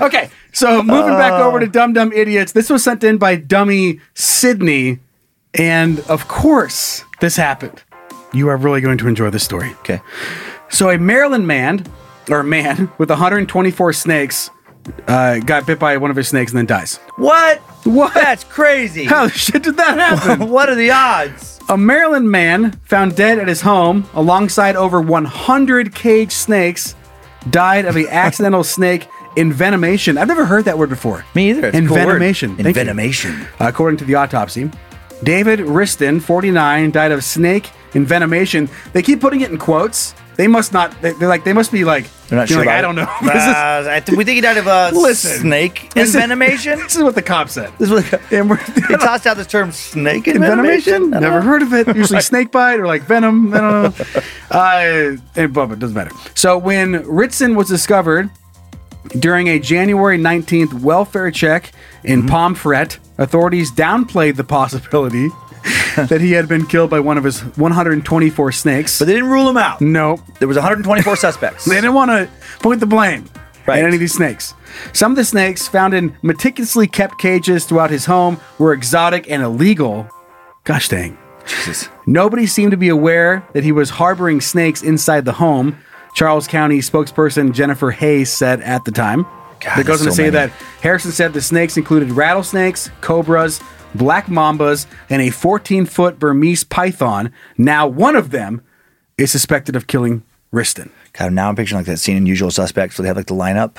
Okay, so moving back over to Dumb Dumb Idiots. This was sent in by Dummy Sydney. And of course, this happened. You are really going to enjoy this story.
Okay.
So a Maryland man, or man with 124 snakes, uh, got bit by one of his snakes and then dies.
What?
What?
That's crazy.
How the shit did that happen?
what are the odds?
a Maryland man found dead at his home alongside over 100 caged snakes died of an accidental snake envenomation. I've never heard that word before.
Me either. It's a cool word.
envenomation. Thank you. Uh,
Envenomation.
According to the autopsy, David Riston, 49, died of snake envenomation. They keep putting it in quotes They must not. They, they're like they must be like.
They're not
you're
sure.
like,
about
I
it.
don't know.
Uh,
this, is,
I th- we think he died of a
Listen.
snake
This is-
envenomation.
this is what the cop said.
this was
And we're,
they tossed out this term snake
envenomation?
envenomation. I don't
Never
know.
heard of it. Usually snake bite or like venom. I don't know. uh, and blah, blah, doesn't matter. So when Ritson was discovered during a January 19th welfare check in
Mm-hmm.
Palm Fret, authorities downplayed the possibility that he had been killed by one of his 124 snakes.
But they didn't rule him out.
no,
There was 124 suspects.
they didn't want to point the blame
Right.
at any of these snakes. Some of the snakes found in meticulously kept cages throughout his home were exotic and illegal. Gosh dang.
Jesus.
Nobody seemed to be aware that he was harboring snakes inside the home. Charles County spokesperson Jennifer Hayes said at the time.
God,
that goes
there's
on to
so
say
many.
that Harrison said the snakes included rattlesnakes, cobras, black mambas, and a 14 foot Burmese python. Now, one of them is suspected of killing Riston.
God, now I'm picturing like that scene in Usual Suspects where they have like the lineup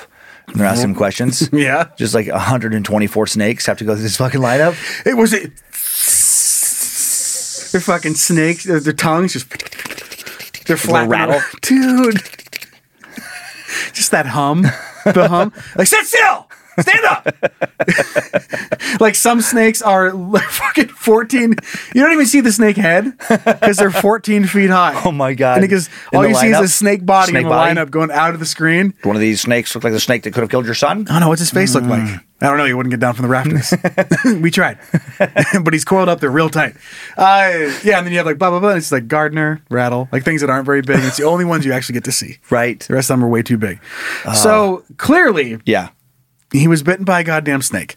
and they're asking them questions.
Mm-hmm. Yeah.
Just like 124 snakes have to go through this fucking lineup.
It was it. They're fucking snakes. Their, their tongues just. They're flat
rattle.
dude. Just that hum, the hum. Like sit still, stand up. like some snakes are fucking fourteen. You don't even see the snake head because they're fourteen feet high.
Oh my God.
And because
In
all
the
you see is
lineup?
a snake body
Snake
in the
body?
lineup going out of the screen.
One of these snakes looked like the snake that could have killed your son.
I don't know. What's his face look
Mm.
like? I don't know. He wouldn't get down from the rafters. we tried, but he's coiled up there real tight. Uh, yeah, and then you have like blah blah blah. And it's like gardener, rattle, like things that aren't very big. It's the only ones you actually get to see.
Right. Uh-huh.
The rest of them are way too big. so clearly,
Yeah.
he was bitten by a goddamn snake.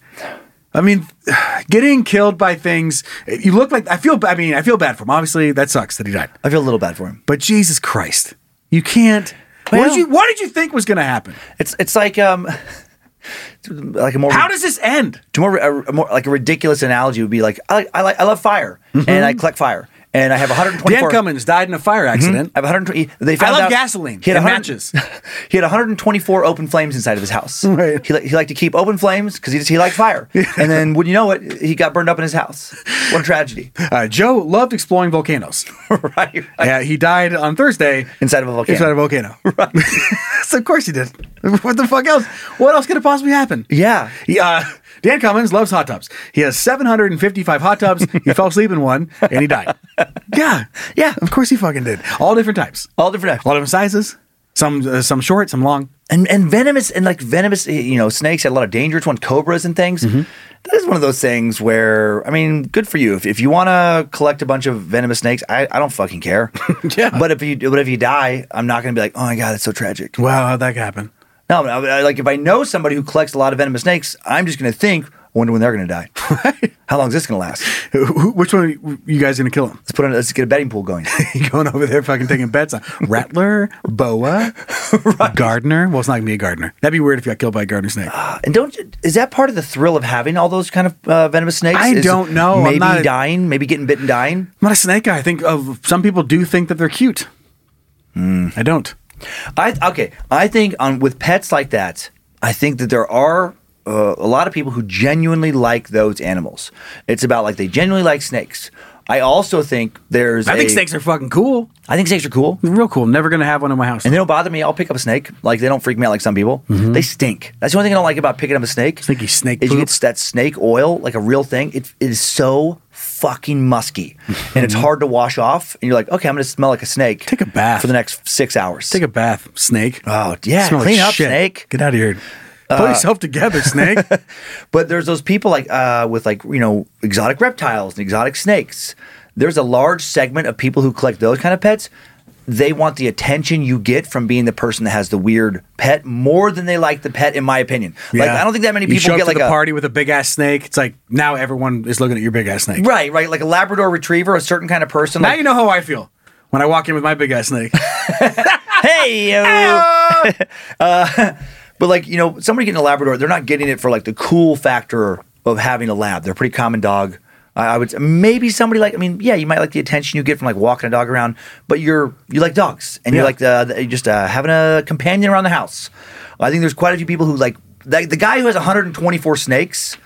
I mean, getting killed by things. You look like I feel. I mean, I feel bad for him. Obviously, that sucks that he died.
I feel a little bad for him.
But Jesus Christ, you can't. what
Well-
did you? What did you think was going to happen?
It's it's like um like a more
How does this end?
to more, a, a more like a ridiculous analogy would be like I like I, like, I love fire and I collect fire and I have 124
Mm-hmm. Dan Cummins died in a fire accident.
I have 120. They found
love
out
gasoline.
He had
It
100
matches.
He had 124 open flames inside of his house.
Right.
He, li- he liked to keep open flames because he just he liked fire. and then, when you know it, he got burned up in his house. What a tragedy!
Uh, Joe loved exploring volcanoes.
right, right.
Yeah, he died on Thursday
Inside of a volcano.
inside a volcano. so of course he did. What the fuck else? What else could have possibly happened?
Yeah.
He, uh, Dan Cummins loves hot tubs. He has 755 hot tubs. he fell asleep in one and he died. Yeah, yeah. Of course he fucking did. All different types, all,
All different.
different sizes. Some uh, some short, some long.
And and venomous and like venomous. eh, You know, snakes had a lot of dangerous one cobras and things.
Mm-hmm.
That is one of those things where I mean, good for you if, if you want to collect a bunch of venomous snakes. I, I don't fucking care.
Yeah.
But if you but if you die, I'm not gonna be like, oh my god, that's so tragic.
Wow, how'd that happen?
No, I, I- like if I know somebody who collects a lot of venomous snakes, I'm just going to think, I wonder when they're going to die. How long is this going to last?
Who, who, which one are you- you guys gonna kill him?
Let's put on, let's get a betting pool going.
You going over there fucking taking bets on Rattler, Boa, Gardener. Well, it's not gonna be a gardener. That'd be weird if you got killed by a gardener snake.
and don't is that part of the thrill of having all those kind of uh, venomous snakes?
I
Is
don't know. I'm
Maybe
not a-
dying, maybe getting bitten, dying.
I'm not a snake guy. I think of some people do think that they're cute.
Hmm.
I don't.
I okay. I think on with pets like that, I think that there are uh, a lot of people who genuinely like those animals. It's about like they genuinely like snakes. I also think there's.
I think
a-
snakes are fucking cool.
I think snakes are cool.
Real cool. Never gonna have one in my house.
and they don't bother me. I'll pick up a snake. Like they don't freak me out like some people. They stink. That's the only thing I don't like about picking up a snake.
Stinky Mm-hmm. snake
Is you
poop.
get that snake oil, like a real thing. It, it is so fucking musky, and it's hard to wash off. And you're like, okay, I'm gonna smell like a snake.
Mm-hmm. Take a bath.
for the next six hours.
Take a bath, snake.
Oh, yeah,
Smell like
clean up,
shit.
snake. Uh,
Get out of here. Pull yourself together, snake.
But there's those people like uh, with like you know exotic reptiles and exotic snakes. There's a large segment of people who collect those kind of pets. They want the attention you get from being the person that has the weird pet more than they like the pet, in my opinion. Like
Yeah.
I don't think that many
you
people
show up
get
to
like
the
a
party with a big ass snake. It's like now everyone is looking at your big ass snake.
right, right, like a Labrador Retriever, a certain kind of person.
Now
like,
you know how I feel when I walk in with my big ass snake.
hey, yo. Uh, but like you know, somebody getting a Labrador, they're not getting it for like the cool factor of having a lab. They're a pretty common dog. I, I would maybe somebody like I mean, yeah, you might like the attention you get from like walking a dog around, but you're you like dogs and you
Yeah.
like the, the- just uh, having a companion around the house. I think there's quite a few people who like like the guy who has 124 snakes.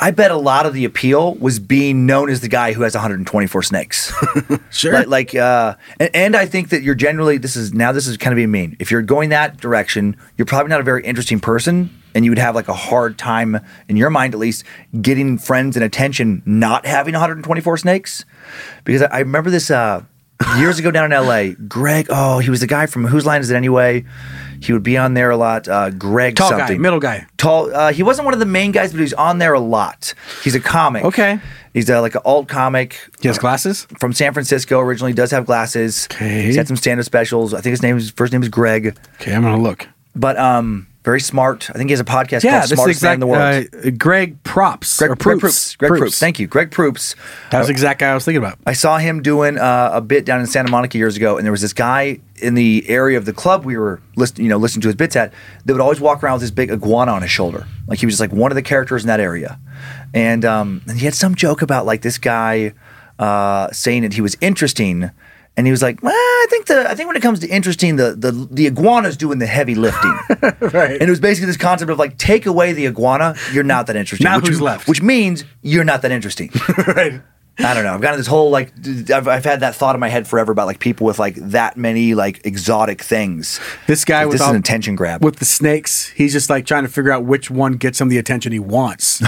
I bet a lot of the appeal was being known as the guy who has 124 snakes.
Sure.
Like, like, uh, and, and I think that you're generally this is now this is kind of being mean. If you're going that direction, you're probably not a very interesting person, and you would have like a hard time in your mind at least getting friends and attention not having 124 snakes. Because I, I remember this uh, years ago down in L.A. Greg, oh, he was the guy from Whose Line Is It Anyway? He would be on there a lot. Uh, Greg
Tall guy,
something
middle guy.
tall. Uh, he wasn't one of the main guys, but he's on there a lot. He's a comic.
Okay.
He's uh like an alt comic
He has glasses.
from San Francisco originally. Does have glasses.
Okay.
He's had some stand-up specials. I think his name, his first name is Greg,
Okay, I'm gonna look.
but um, very smart. I think he has a podcast
Yeah,
called
this is
Smartest Man in
exact.
the World.
Uh, Greg Props.
Greg
or
Greg
Proops.
Proops. Greg Proops. Thank you, Greg Proops.
That was the exact guy I was thinking about.
I saw him doing uh, a bit down in Santa Monica years ago, and there was this guy in the area of the club we were listen, you know, listening to his bits at that would always walk around with this big iguana on his shoulder, like he was just like one of the characters in that area, and um, and he had some joke about like this guy uh, saying that he was interesting. And he was like, well, I think the I think when it comes to interesting, the the the iguana's doing the heavy lifting. right. And it was basically this concept of like, take away the iguana, you're not that interesting.
Now
which,
who's left?
Which means you're not that interesting. I don't know. I've gotten this whole like d- I've, I've had that thought in my head forever about like people with like that many like exotic things.
This guy
Like,
with
this is
all-
an attention grab.
with the snakes. He's just like trying to figure out which one gets him the attention he wants,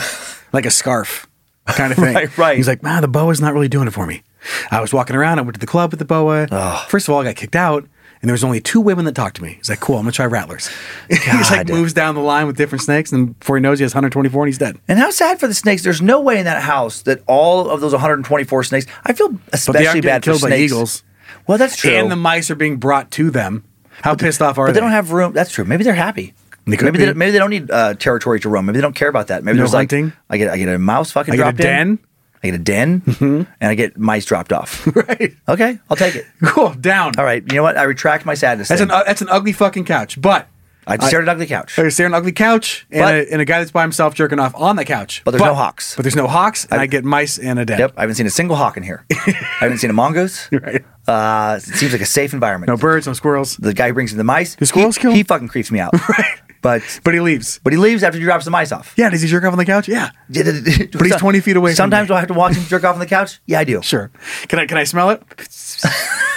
like a scarf kind of thing.
Right, right.
He's like, man, the boa's not really doing it for me. I was walking around. I went to the club with the boa. First of all, I got kicked out, and there was only two women that talked to me. He's like, cool, I'm gonna try rattlers. he's like
God.
moves down the line with different snakes, and before he knows, he has 124, and he's dead.
and how sad for the snakes. There's no way in that house that all of those 124 snakes. I feel
But they
especially
aren't getting
bad for
killed
snakes.
by eagles,
Well, that's true.
and the mice are being brought to them. How pissed off are
but they
they?
don't have room. That's true. Maybe they're happy.
They could
maybe
be.
they maybe they don't need uh, territory to roam. Maybe they don't care about that. Maybe
No
there's
hunting.
like I get I get a mouse fucking
I get a
dropped
den? Mm-hmm.
in. I get a den, and I get mice dropped off.
Right.
Okay, I'll take it.
Cool. Down.
All right, you know what? I retract my sadness.
That's an uh,
then.
that's an ugly fucking couch, but.
I just stared at ugly couch.
There's an ugly couch and,
But-
a, and a guy that's by himself jerking off on the couch.
But there's no hawks.
But there's no hawks, and I, get mice and a dead.
Yep, I haven't seen a single hawk in here. I haven't seen a mongoose.
Right.
Uh, it seems like a safe environment.
No birds, no squirrels.
The guy who brings in the mice.
Do squirrels
he,
kill 'em?
He fucking creeps me out. right. But
But he leaves.
but he leaves after he drops the mice off.
Yeah, does he jerk off on the couch? Yeah.
But he's
20 feet away from
Sometimes
me.
do I have to watch him jerk off on the couch? Yeah, I do.
Sure. Can I can I smell it?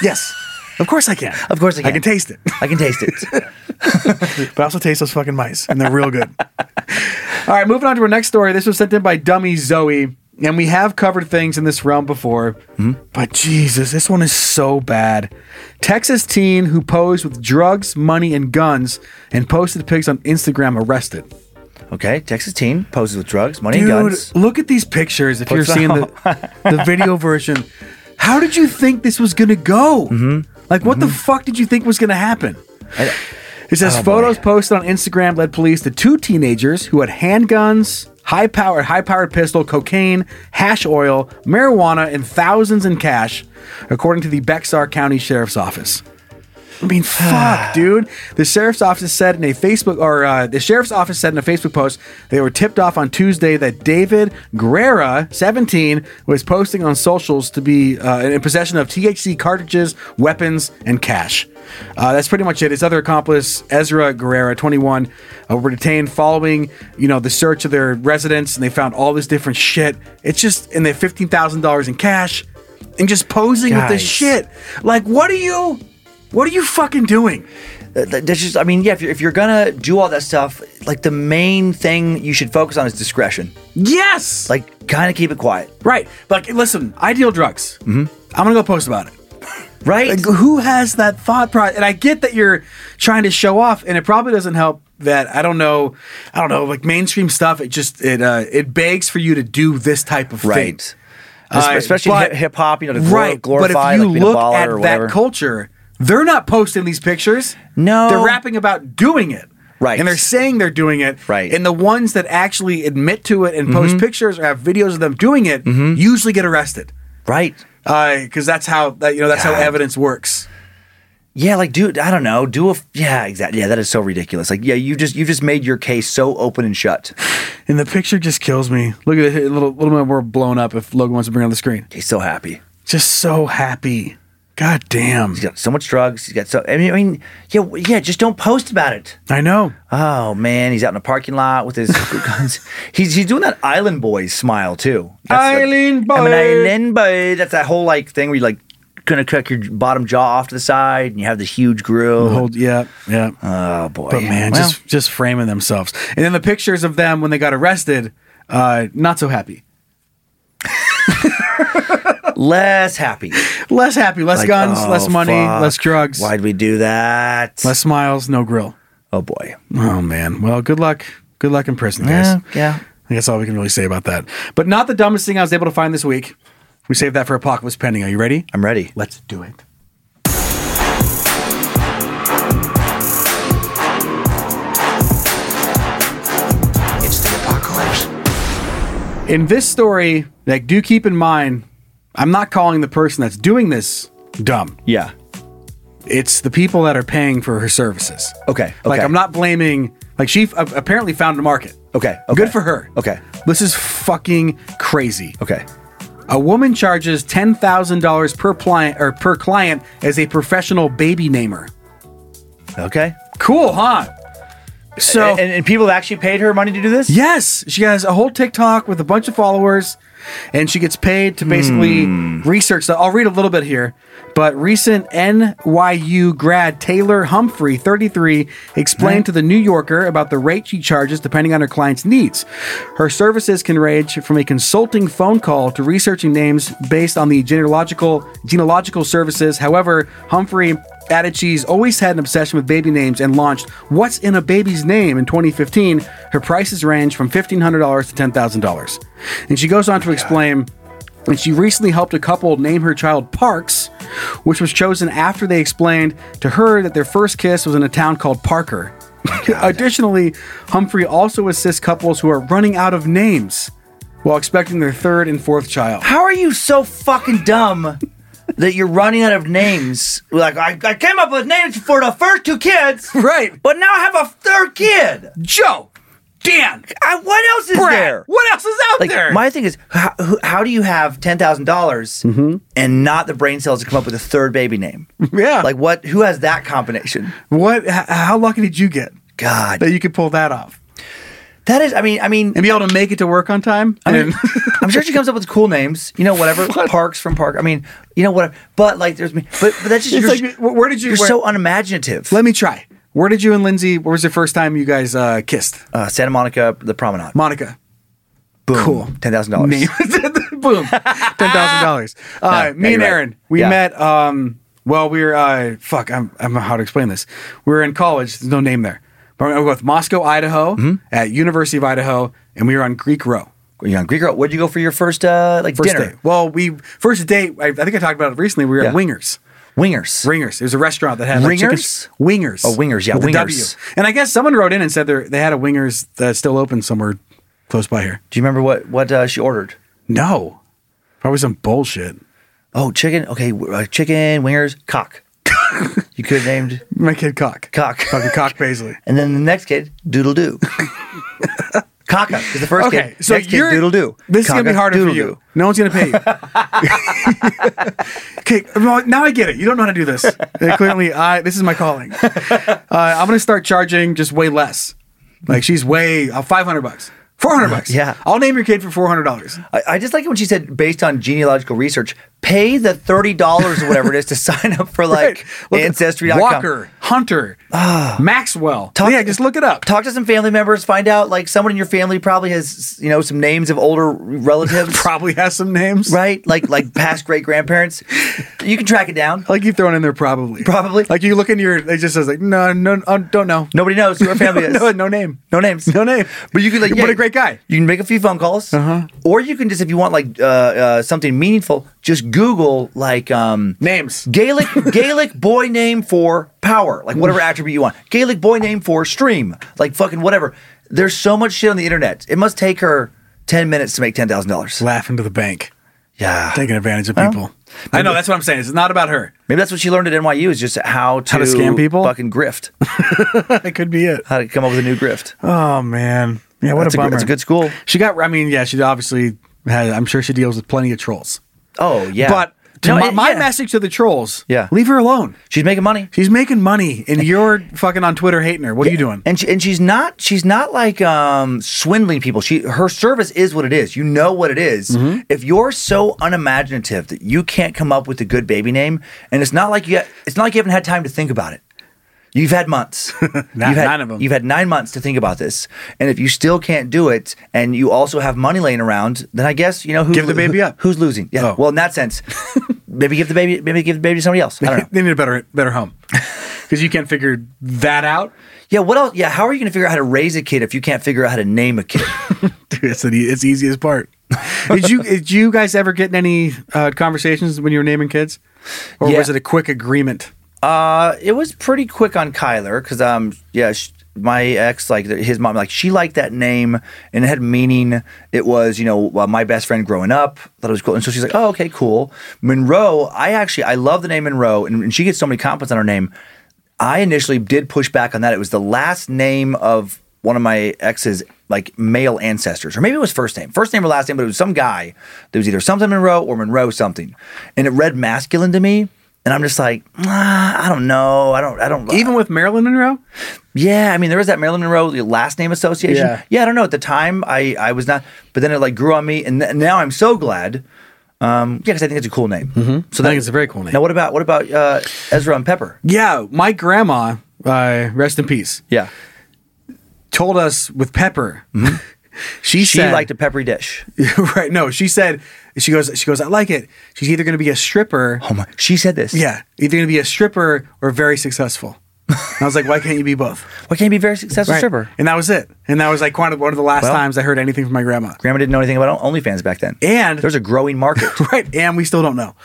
yes. Of course I can.
Of course I
I
can.
can taste it.
I can taste it.
but I also taste those fucking mice, and they're real good. All right, moving on to our next story. This was sent in by Dummy Zoe, and we have covered things in this realm before,
Hmm?
but Jesus, this one is so bad. Texas teen who posed with drugs, money, and guns and posted pics on Instagram arrested.
okay, Texas teen poses with drugs, money,
Dude,
and guns.
look at these pictures. If you're
What's
seeing the, the video version, how did you think this was gonna go?
Mm-hmm.
Like, what the fuck did you think was gonna happen?
uh,
It says photos posted on Instagram led police to two teenagers who had handguns, high powered high powered pistol, cocaine, hash oil, marijuana, and thousands in cash, according to the Bexar County Sheriff's Office. I mean, fuck, dude. The sheriff's office said in a Facebook or uh, the sheriff's office said in a Facebook post they were tipped off on Tuesday that David Guerrera, 17, was posting on socials to be uh, in possession of THC cartridges, weapons, and cash. Uh, that's pretty much it. His other accomplice, Ezra Guerrera, 21, uh, were detained following you know the search of their residence, and they found all this different shit. It's just and they have fifteen thousand dollars in cash, and just posing with
Guys.
this shit. Like, what are you? What are you fucking doing?
Th- th- That's just, I mean, yeah, if you're, if you're gonna do all that stuff, like the main thing you should focus on is discretion.
Yes. Like
Like, kind of keep it quiet.
right. Like listen, I deal drugs. Mm-hmm. I'm gonna go post about it.
Right?
Like, who has that thought process? And I get that you're trying to show off, and it probably doesn't help that I don't know. I don't know. Like mainstream stuff, it just it uh, it begs for you to do this type of
Right.
thing.
Espe-
Uh,
especially
but-
hip hop, you know, to glor- glorify
But if you
like, being a
look
baller
at
or whatever.
that culture, they're not posting these pictures.
No.
they're rapping about doing it.
Right.
and they're saying they're doing it.
Right. Mm-hmm.
and the ones that actually admit to it and post pictures or have videos of them doing it usually get arrested.
right.
Because that's how that, you know that's how evidence works.
Yeah, like dude, I don't know. Do a yeah, exactly. Yeah, that is so ridiculous. Like yeah, you just you just made your case so open and shut.
And the picture just kills me. Look at it a little little bit more blown up. If Logan wants to bring it on the screen,
He's so happy.
just so happy. God damn.
He's got so much drugs. He's got so. I mean, I mean, yeah, w- yeah. Just don't post about it.
I know.
Oh man, he's out in a parking lot with his guns. He's he's doing that Island Boys smile too. That's-
Island
I'm an
boy.
Island Boy. That's that whole like thing where you like gonna cut your bottom jaw off to the side and you have this huge grill.
Hold, yeah, yeah.
oh boy,
But man,
Well,
just just framing themselves, and then the pictures of them when they got arrested, uh, not so happy,
less happy.
less happy, less
Like,
guns,
oh,
less money,
fuck.
less drugs,
Why'd we do that?
less smiles, no grill.
oh boy.
Oh man, well, good luck, good luck in prison, guys.
Yeah, yeah.
I think that's all we can really say about that. But not the dumbest thing I was able to find this week. We saved that for Apocalypse Pending. Are you ready?
I'm ready.
Let's do it.
It's the apocalypse.
In this story, like, do keep in mind, I'm not calling the person that's doing this dumb.
Yeah.
It's the people that are paying for her services.
Okay,
Like,
okay.
I'm not blaming. Like, she f- apparently found a market.
Okay, okay.
Good for her.
Okay.
This is fucking crazy.
Okay.
A woman charges ten thousand dollars per client or per client as a professional baby namer.
Okay.
Cool, huh? So
and, and people have actually paid her money to do this?
Yes, she has a whole TikTok with a bunch of followers, and she gets paid to basically research that. I'll read a little bit here, but recent NYU grad Taylor Humphrey, 33, explained to the New Yorker about the rate she charges depending on her client's needs. Her services can range from a consulting phone call to researching names based on the genealogical genealogical services. However, Humphrey added she's always had an obsession with baby names and launched What's in a Baby's Name in 2015. Her prices range from $1,500 to $10,000. And she goes on to explain. And she recently helped a couple name her child Parks, which was chosen after they explained to her that their first kiss was in a town called Parker. Additionally, Humphrey also assists couples who are running out of names while expecting their third and fourth child.
How are you so fucking dumb that you're running out of names? Like, I, I came up with names for the first two kids,
Right.
but now I have a third kid.
Joe, Dan,
I, what else is
Brad,
there?
what else is out
Like,
there?
my thing is, how, who- how do you have ten thousand dollars
Mm-hmm.
and not the brain cells to come up with a third baby name?
Yeah.
like what? Who has that combination?
What? h- How lucky did you get
God,
that you could pull that off
that is. I mean, I mean,
and be able to make it to work on time? I mean,
I'm sure she comes up with cool names. You know, whatever Parks from Park. I mean, you know, whatever. But like, there's me. But, but that's just
It's
you're,
like, wh- where did you-
You're
where-
so unimaginative.
let me try. Where did you and Lindsay? Where was the first time you guys uh, kissed?
uh, Santa Monica, the promenade.
Monica.
Boom.
cool.
Ten thousand dollars.
Boom. Ten thousand dollars.
Yeah,
Uh,
yeah,
Me and
you're right.
Aaron, we
Yeah.
met. Um, well, we were uh, fuck. I'm, I don't know how to explain this. We were in college. There's no name there. But we were with Moscow, Idaho, at University of Idaho, and we were on Greek Row.
You're on Greek Girl. Where'd you go for your first uh like
First
dinner?
date. Well, we first date. I, I think I talked about it recently. We were at
Yeah.
Wingers.
Wingers.
Ringers. It was a restaurant that had like, chicken-
Ringers?
Wingers.
Oh, Wingers, yeah,
with a
Wingers.
W. And I guess someone wrote in and said they they had a Wingers that's still open somewhere close by here.
Do you remember what what uh, she ordered?
No, probably some bullshit.
Oh, chicken. Okay, w- uh, chicken wingers, cock. you could have named
My kid cock.
cock.
Fucking cock Paisley.
And then the next kid, doodle doo. Caca is the first
Okay,
kid.
so
next
you're
kid, doodle doo.
This is gonna be
Caca,
harder for
doodle
you.
doo.
No one's gonna pay you. okay, well, now I get it. You don't know how to do this. Uh, Clearly, I this is my calling. Uh, I'm gonna start charging just way less. Like she's way uh, 500 bucks, 400 bucks.
Yeah.
I'll name your kid for 400 dollars.
I, I just like it when she said, based on genealogical research, pay the thirty dollars or whatever it is to sign up for like
Look at
ancestry.com.
Walker, Hunter,
Ah.
Maxwell.
Talk-
yeah, just look it up.
Talk to some family members. Find out like someone in your family probably has you know some names of older relatives.
Probably has some names.
right? Like like past great grandparents. You can track it down.
Like you've thrown in there, probably.
Probably.
Like you look in your, it just says like, no, no, uh, don't know.
Nobody knows who our family
no,
is.
no, no name.
No names.
No name.
But you could like,
But
yeah,
a great guy.
You can make a few phone calls, uh-huh. or you can just, if you want like uh, uh, something meaningful, just Google like um,
Names.
Gaelic Gaelic boy name for power, like whatever attribute you want. Gaelic boy name for stream, like fucking whatever. There's so much shit on the internet. It must take her ten minutes to make ten thousand dollars.
Laughing to the bank,
Yeah,
taking advantage of people. I know that's what I'm saying. It's not about her.
maybe that's what she learned at NYU is just how to,
to scam people?
fucking grift,
that could be it.
how to come up with a new grift.
Oh man, yeah, what
that's
a bummer.
good, that's a good school.
She got. I mean, yeah, she obviously has. I'm sure she deals with plenty of trolls.
Oh yeah,
But
No,
my
it-
my
yeah.
message to the trolls:
Yeah.
leave her alone.
She's making money.
She's making money, and you're fucking on Twitter hating her. What are you doing?
And she, and she's not she's not like um, swindling people. She her service is what it is. You know what it is.
Mm-hmm.
If you're so unimaginative that you can't come up with a good baby name, and it's not like you ha- it's not like you haven't had time to think about it. You've had months. you've had,
nine of 'em.
You've had nine months to think about this, and if you still can't do it, and you also have money laying around, then I guess you know who's
Give the
lo-
baby up.
Who's losing? Yeah.
Oh.
Well, in that sense, maybe give the baby. Maybe give the baby to somebody else. I don't know.
they need a better better home because you can't figure that out.
Yeah, what else? Yeah, how are you going to figure out how to raise a kid if you can't figure out how to name a kid?
Dude, it's the it's the easiest part. did you did you guys ever get in any uh, conversations when you were naming kids, or
Yeah.
was it a quick agreement?
uh, it was pretty quick on Kyler because um, yeah, sh my ex like th- his mom like she liked that name and it had meaning. It was you know uh, my best friend growing up thought it was cool, and so she's like, oh okay, cool. Monroe, I actually I love the name Monroe, and, and she gets so many compliments on her name. I initially did push back on that. It was the last name of one of my ex's like male ancestors, or maybe it was first name, first name or last name, but it was some guy that was either something Monroe or Monroe something, and it read masculine to me. And I'm just like, ah, I don't know, I don't, I don't.
Even with Marilyn Monroe,
yeah, I mean, there was that Marilyn Monroe the last name association.
Yeah.
Yeah. I don't know. At the time, I I was not, but then it like grew on me, and th- now I'm so glad. Um, yeah, because I think it's a cool name. Mm-hmm. So
I think it's a very cool name.
Now, what about what about uh, Ezra and Pepper?
yeah, my grandma, uh, rest in peace,
Yeah,
told us with Pepper. she
Mm-hmm. she
said,
liked a peppery dish.
right? No, she said she goes she goes I like it. She's either going to be a stripper.
Oh my! She said this.
Yeah, either going to be a stripper or very successful. And I was like, why can't you be both?
Why can't you be a very successful
Right.
stripper?
And that was it. And that was like one of one of the last
Well-
times I heard anything from my grandma.
Grandma didn't know anything about OnlyFans back then.
And-
there's a growing market.
Right. And we still don't know.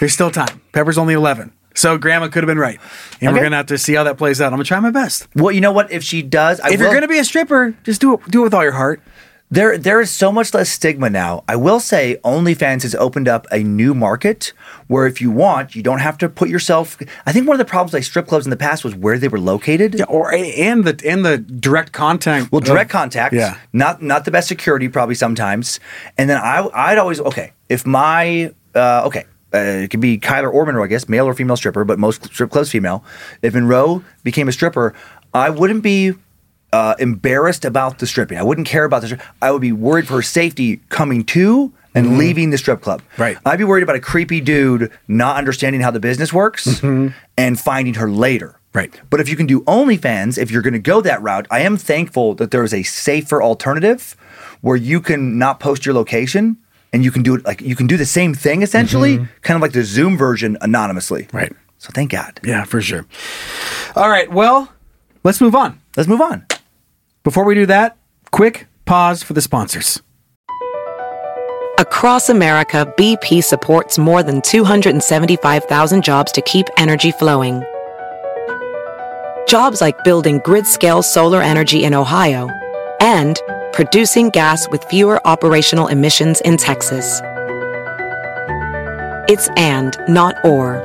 There's still time. Pepper's only 11. So grandma could have been right. And we're
Okay.
going to have to see how that plays out. I'm going to try my best.
well, you know what? If she does, I
If you're
will-
going to be a stripper, just do it do it with all your heart.
There, there is so much less stigma now. I will say OnlyFans has opened up a new market where if you want, you don't have to put yourself. I think one of the problems like strip clubs in the past was where they were located.
Yeah, or and the and the direct contact.
Well,
of-
direct contact.
Oh. Yeah.
Not not the best security probably sometimes. And then I I'd always okay if my uh, okay. Uh, it could be Kyler or Monroe, I guess, male or female stripper, but most strip clubs female. If Monroe became a stripper, I wouldn't be uh, embarrassed about the stripping. I wouldn't care about the. Stri- I would be worried for her safety coming to and leaving the strip club.
Mm-hmm. Right.
I'd be worried about a creepy dude not understanding how the business works and finding her later.
Mm-hmm. Right.
But if you can do OnlyFans, if you're going to go that route, I am thankful that there is a safer alternative where you can not post your location and you can do it like you can do the same thing essentially, kind of like the Zoom version anonymously.
Right.
So thank God.
Yeah, for sure. All right. Well, let's move on.
Let's move on.
Before we do that, quick pause for the sponsors.
Across America, BP supports more than 275,000 jobs to keep energy flowing. Jobs like building grid scale solar energy in Ohio and producing gas with fewer operational emissions in Texas. It's and, not or.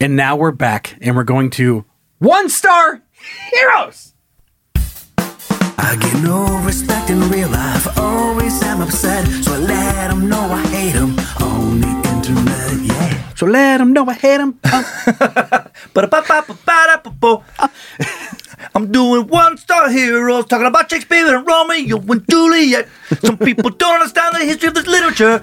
And now we're back and we're going to one star heroes.
I get no respect in real life. Always am upset. So I let them know I hate them on the internet. Yeah.
So let them know I hate them.
Ba-da-ba-ba-ba-ba-da-ba-bo. I'm doing one star heroes, talking about Shakespeare and Romeo and Juliet. Some people don't understand the history of this literature.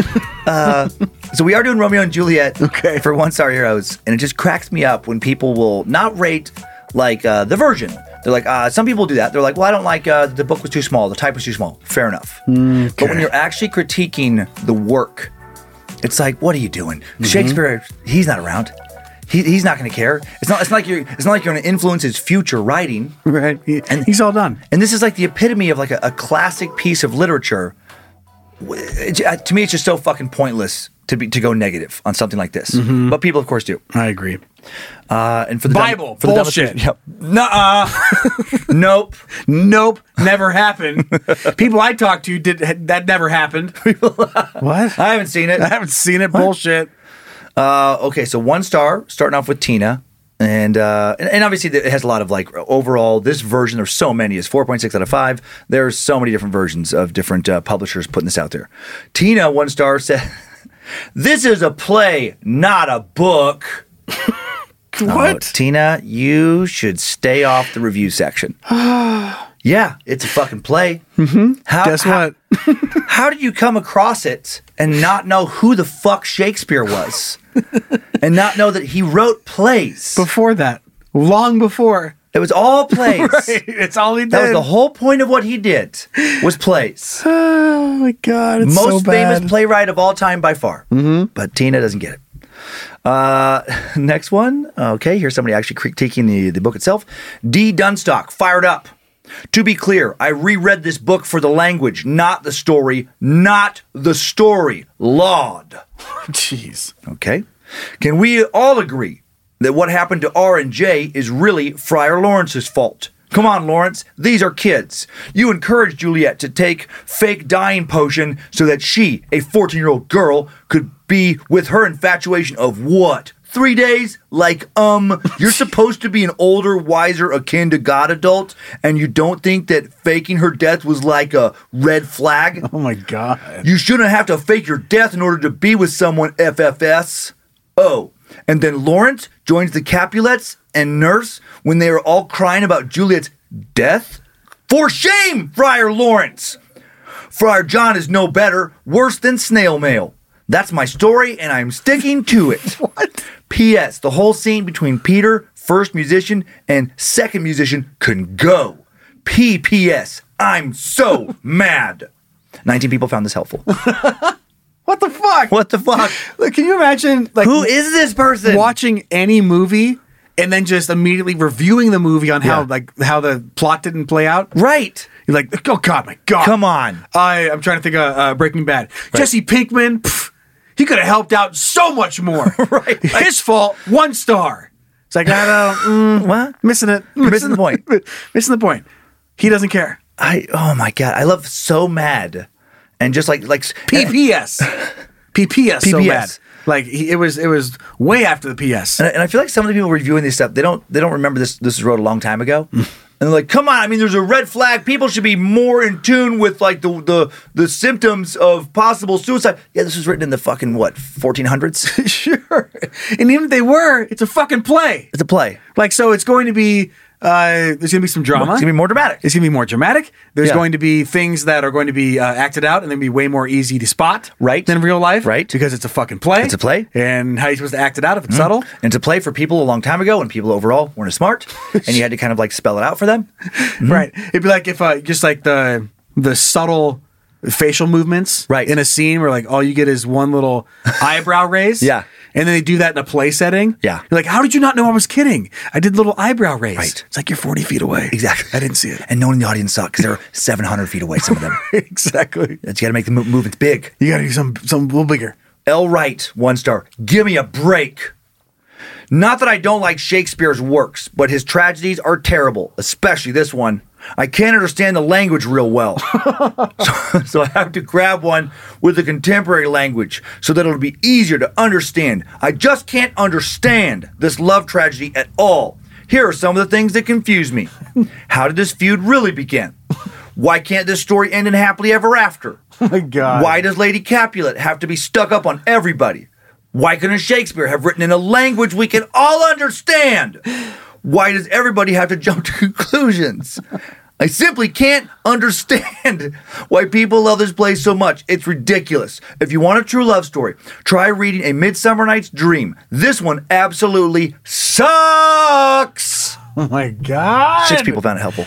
Uh, so we are doing Romeo and Juliet okay. for one star heroes, and it just cracks me up when people will not rate like uh, the version. They're like, uh, some people do that. They're like, well, I don't like uh, the book was too small, the type was too small. Fair enough. But when you're actually critiquing the work, it's like, what are you doing?
Mm-hmm.
Shakespeare, he's not around. He, he's not going to care. It's not. It's not like you're. It's not like you're going to influence his future writing.
Right.
and
he's all done.
And this is like the epitome of like a, a classic piece of literature. W- it- uh, to me, it's just so fucking pointless to be to go negative on something like this.
Mhm.
But people, of course, do.
I agree.
Uh, and for the dumb-
Bible
for the dumbest
bullshit.
reason- yep.
Nuh-uh.
nope.
Nope. Never happened. People I talked to did that never happened.
What? I haven't seen it. I haven't seen it. Bullshit. Uh, okay, so one star, starting off with Tina. And, uh, and and obviously it has a lot of like overall this version there's so many it's 4.6 out of 5 there's so many different versions of different uh, publishers putting this out there tina one star said this is a play not a book what tina you should stay off the review section yeah, it's a fucking play. Mm-hmm. How, Guess what? how did you come across it and not know who the fuck Shakespeare was, and not know that he wrote plays
before that, long before
it was all plays.
Right, It's all he did.
That was the whole point of what he did was plays.
Oh my god! It's
Most
so bad.
famous playwright of all time by far. Mm-hmm. But Tina doesn't get it. Uh, next one. Okay, here's somebody actually critiquing the, the book itself. D. Dunstock, fired up. To be clear, I reread this book for the language, not the story, not the story. Laud. Jeez. Okay. Can we all agree that what happened to R and J is really Friar Lawrence's fault? Come on, Lawrence. These are kids. You encouraged Juliet to take fake dying potion so that she, a 14 year old girl, could be with her infatuation of what? Three days? Like, um, you're supposed to be an older, wiser, akin to God adult, and you don't think that faking her death was like a red flag? Oh my God. You shouldn't have to fake your death in order to be with someone, FFS. Oh, and then Lawrence joins the Capulets and Nurse when they are all crying about Juliet's death? For shame, Friar Lawrence! Friar John is no better, worse than snail mail. That's my story, and I'm sticking to it. what? P.S. The whole scene between Peter, first musician, and second musician can go. P.P.S. I'm so mad. 19 people found this helpful.
What the fuck?
What the fuck?
Like, can you imagine? Like,
Who is this person?
watching any movie and then just immediately reviewing the movie on how
Yeah.
like how the plot didn't play out?
Right.
You're like, oh god, my god,
Come on.
I I'm trying to think of uh, Breaking Bad. Jesse Pinkman, pff, he could have helped out so much more. right. His fault. One star. It's like I don't. Mm,
what?
Missing it.
You're missing the point.
missing the point. He doesn't care.
I oh my god, I love so mad, and just like like
PPS. PPS. So
PPS.
bad. Like he, it was. It was way after the PS.
And I, and I feel like some of the people reviewing this stuff, they don't they don't remember this this was wrote a long time ago. and they're like, come on, I mean, there's a red flag. People should be more in tune with like the the the symptoms of possible suicide. Yeah, this was written in the fucking what, 1400s?
sure. And even if they were, it's a fucking play.
it's a play.
Like so, it's going to be uh, there's going to be some drama.
It's gonna be more dramatic.
It's going to be more dramatic. There's
Yeah.
going to be things that are going to be uh, acted out and then be way more easy to spot
Right.
than real life,
Right.
Because it's a fucking play.
It's a play. Mm-hmm.
And how are you supposed to act it out if it's subtle?
And it's a play for people a long time ago, and people overall weren't as smart, and you had to kind of like spell it out for them. Mm-hmm.
Right. It'd be like if uh, just like the the subtle facial movements
Right.
in a scene where like all you get is one little eyebrow raise.
Yeah.
And then they do that in a play setting.
Yeah.
You're like, how did you not know I was kidding? I did a little eyebrow raise.
Right.
It's like you're 40 feet away.
Exactly.
I didn't see it.
And no one in the audience saw because they're 700 feet away, some of them.
exactly.
you got to make the mo- movements big.
You got to do something, something a little bigger.
L. Wright, one star. Give me a break. Not that I don't like Shakespeare's works, but his tragedies are terrible, especially this one. I can't understand the language real well. so, so I have to grab one with the contemporary language so that it'll be easier to understand. I just can't understand this love tragedy at all. Here are some of the things that confuse me. How did this feud really begin? Why can't this story end in happily ever after?
Oh my God.
Why does Lady Capulet have to be stuck up on everybody? Why couldn't Shakespeare have written in a language we can all understand? Why does everybody have to jump to conclusions? I simply can't understand why people love this play so much. It's ridiculous. If you want a true love story, try reading A Midsummer Night's Dream. This one absolutely sucks.
Oh my God.
Six people found it helpful.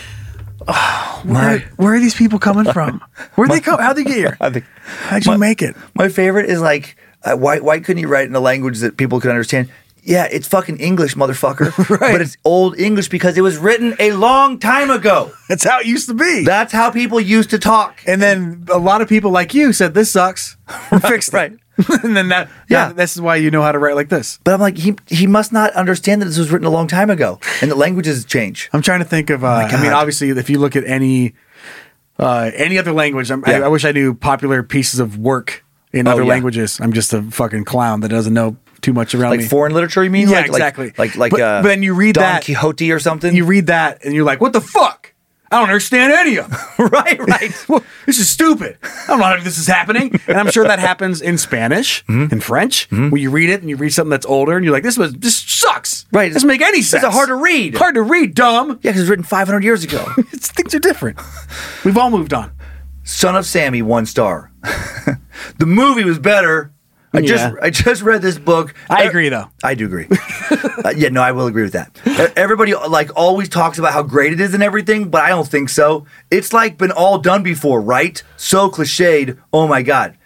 Where, where are these people coming from? Where'd they come? How'd they get here?
I think
How'd you make it?
My favorite is like, uh, why why couldn't you write in a language that people could understand? Yeah, it's fucking English, motherfucker.
Right.
But it's old English because it was written a long time ago.
That's how it used to be.
That's how people used to talk.
and then a lot of people like you said, this sucks. We fixed it.
right.
and then that, yeah.
Yeah.
this is why you know how to write like this.
But I'm like, he he must not understand that this was written a long time ago and that languages change.
I'm trying to think of. Uh, I mean,
God.
obviously, if you look at any uh, any other language, I'm, I,
Yeah.
I wish I knew popular pieces of work in
Oh,
other
yeah.
languages. I'm just a fucking clown that doesn't know too much around
Like
me.
foreign literature, you mean?
Yeah,
like,
exactly.
Like like, like
But-
uh,
but then you read
Don
that-
Quixote or something.
you read that and you're like, what the fuck? I don't understand any of them.
right, right.
Well, this is stupid. I don't know how this is happening. And I'm sure that happens in Spanish,
Mm-hmm.
in French, where you read it and you read something that's older and you're like, this was this sucks.
Right.
Doesn't make any
It's
sense.
hard to read.
Hard to read, dumb.
yeah, because it was written 500 years ago.
It's, things are different. We've all moved on.
Son of Sammy, one star. the movie was better. I
Yeah.
just I just read this book.
I agree, though.
I do agree. Uh, yeah, no, I will agree with that. E- Everybody like always talks about how great it is and everything, but I don't think so. It's like been all done before, right? So cliched. Oh my god,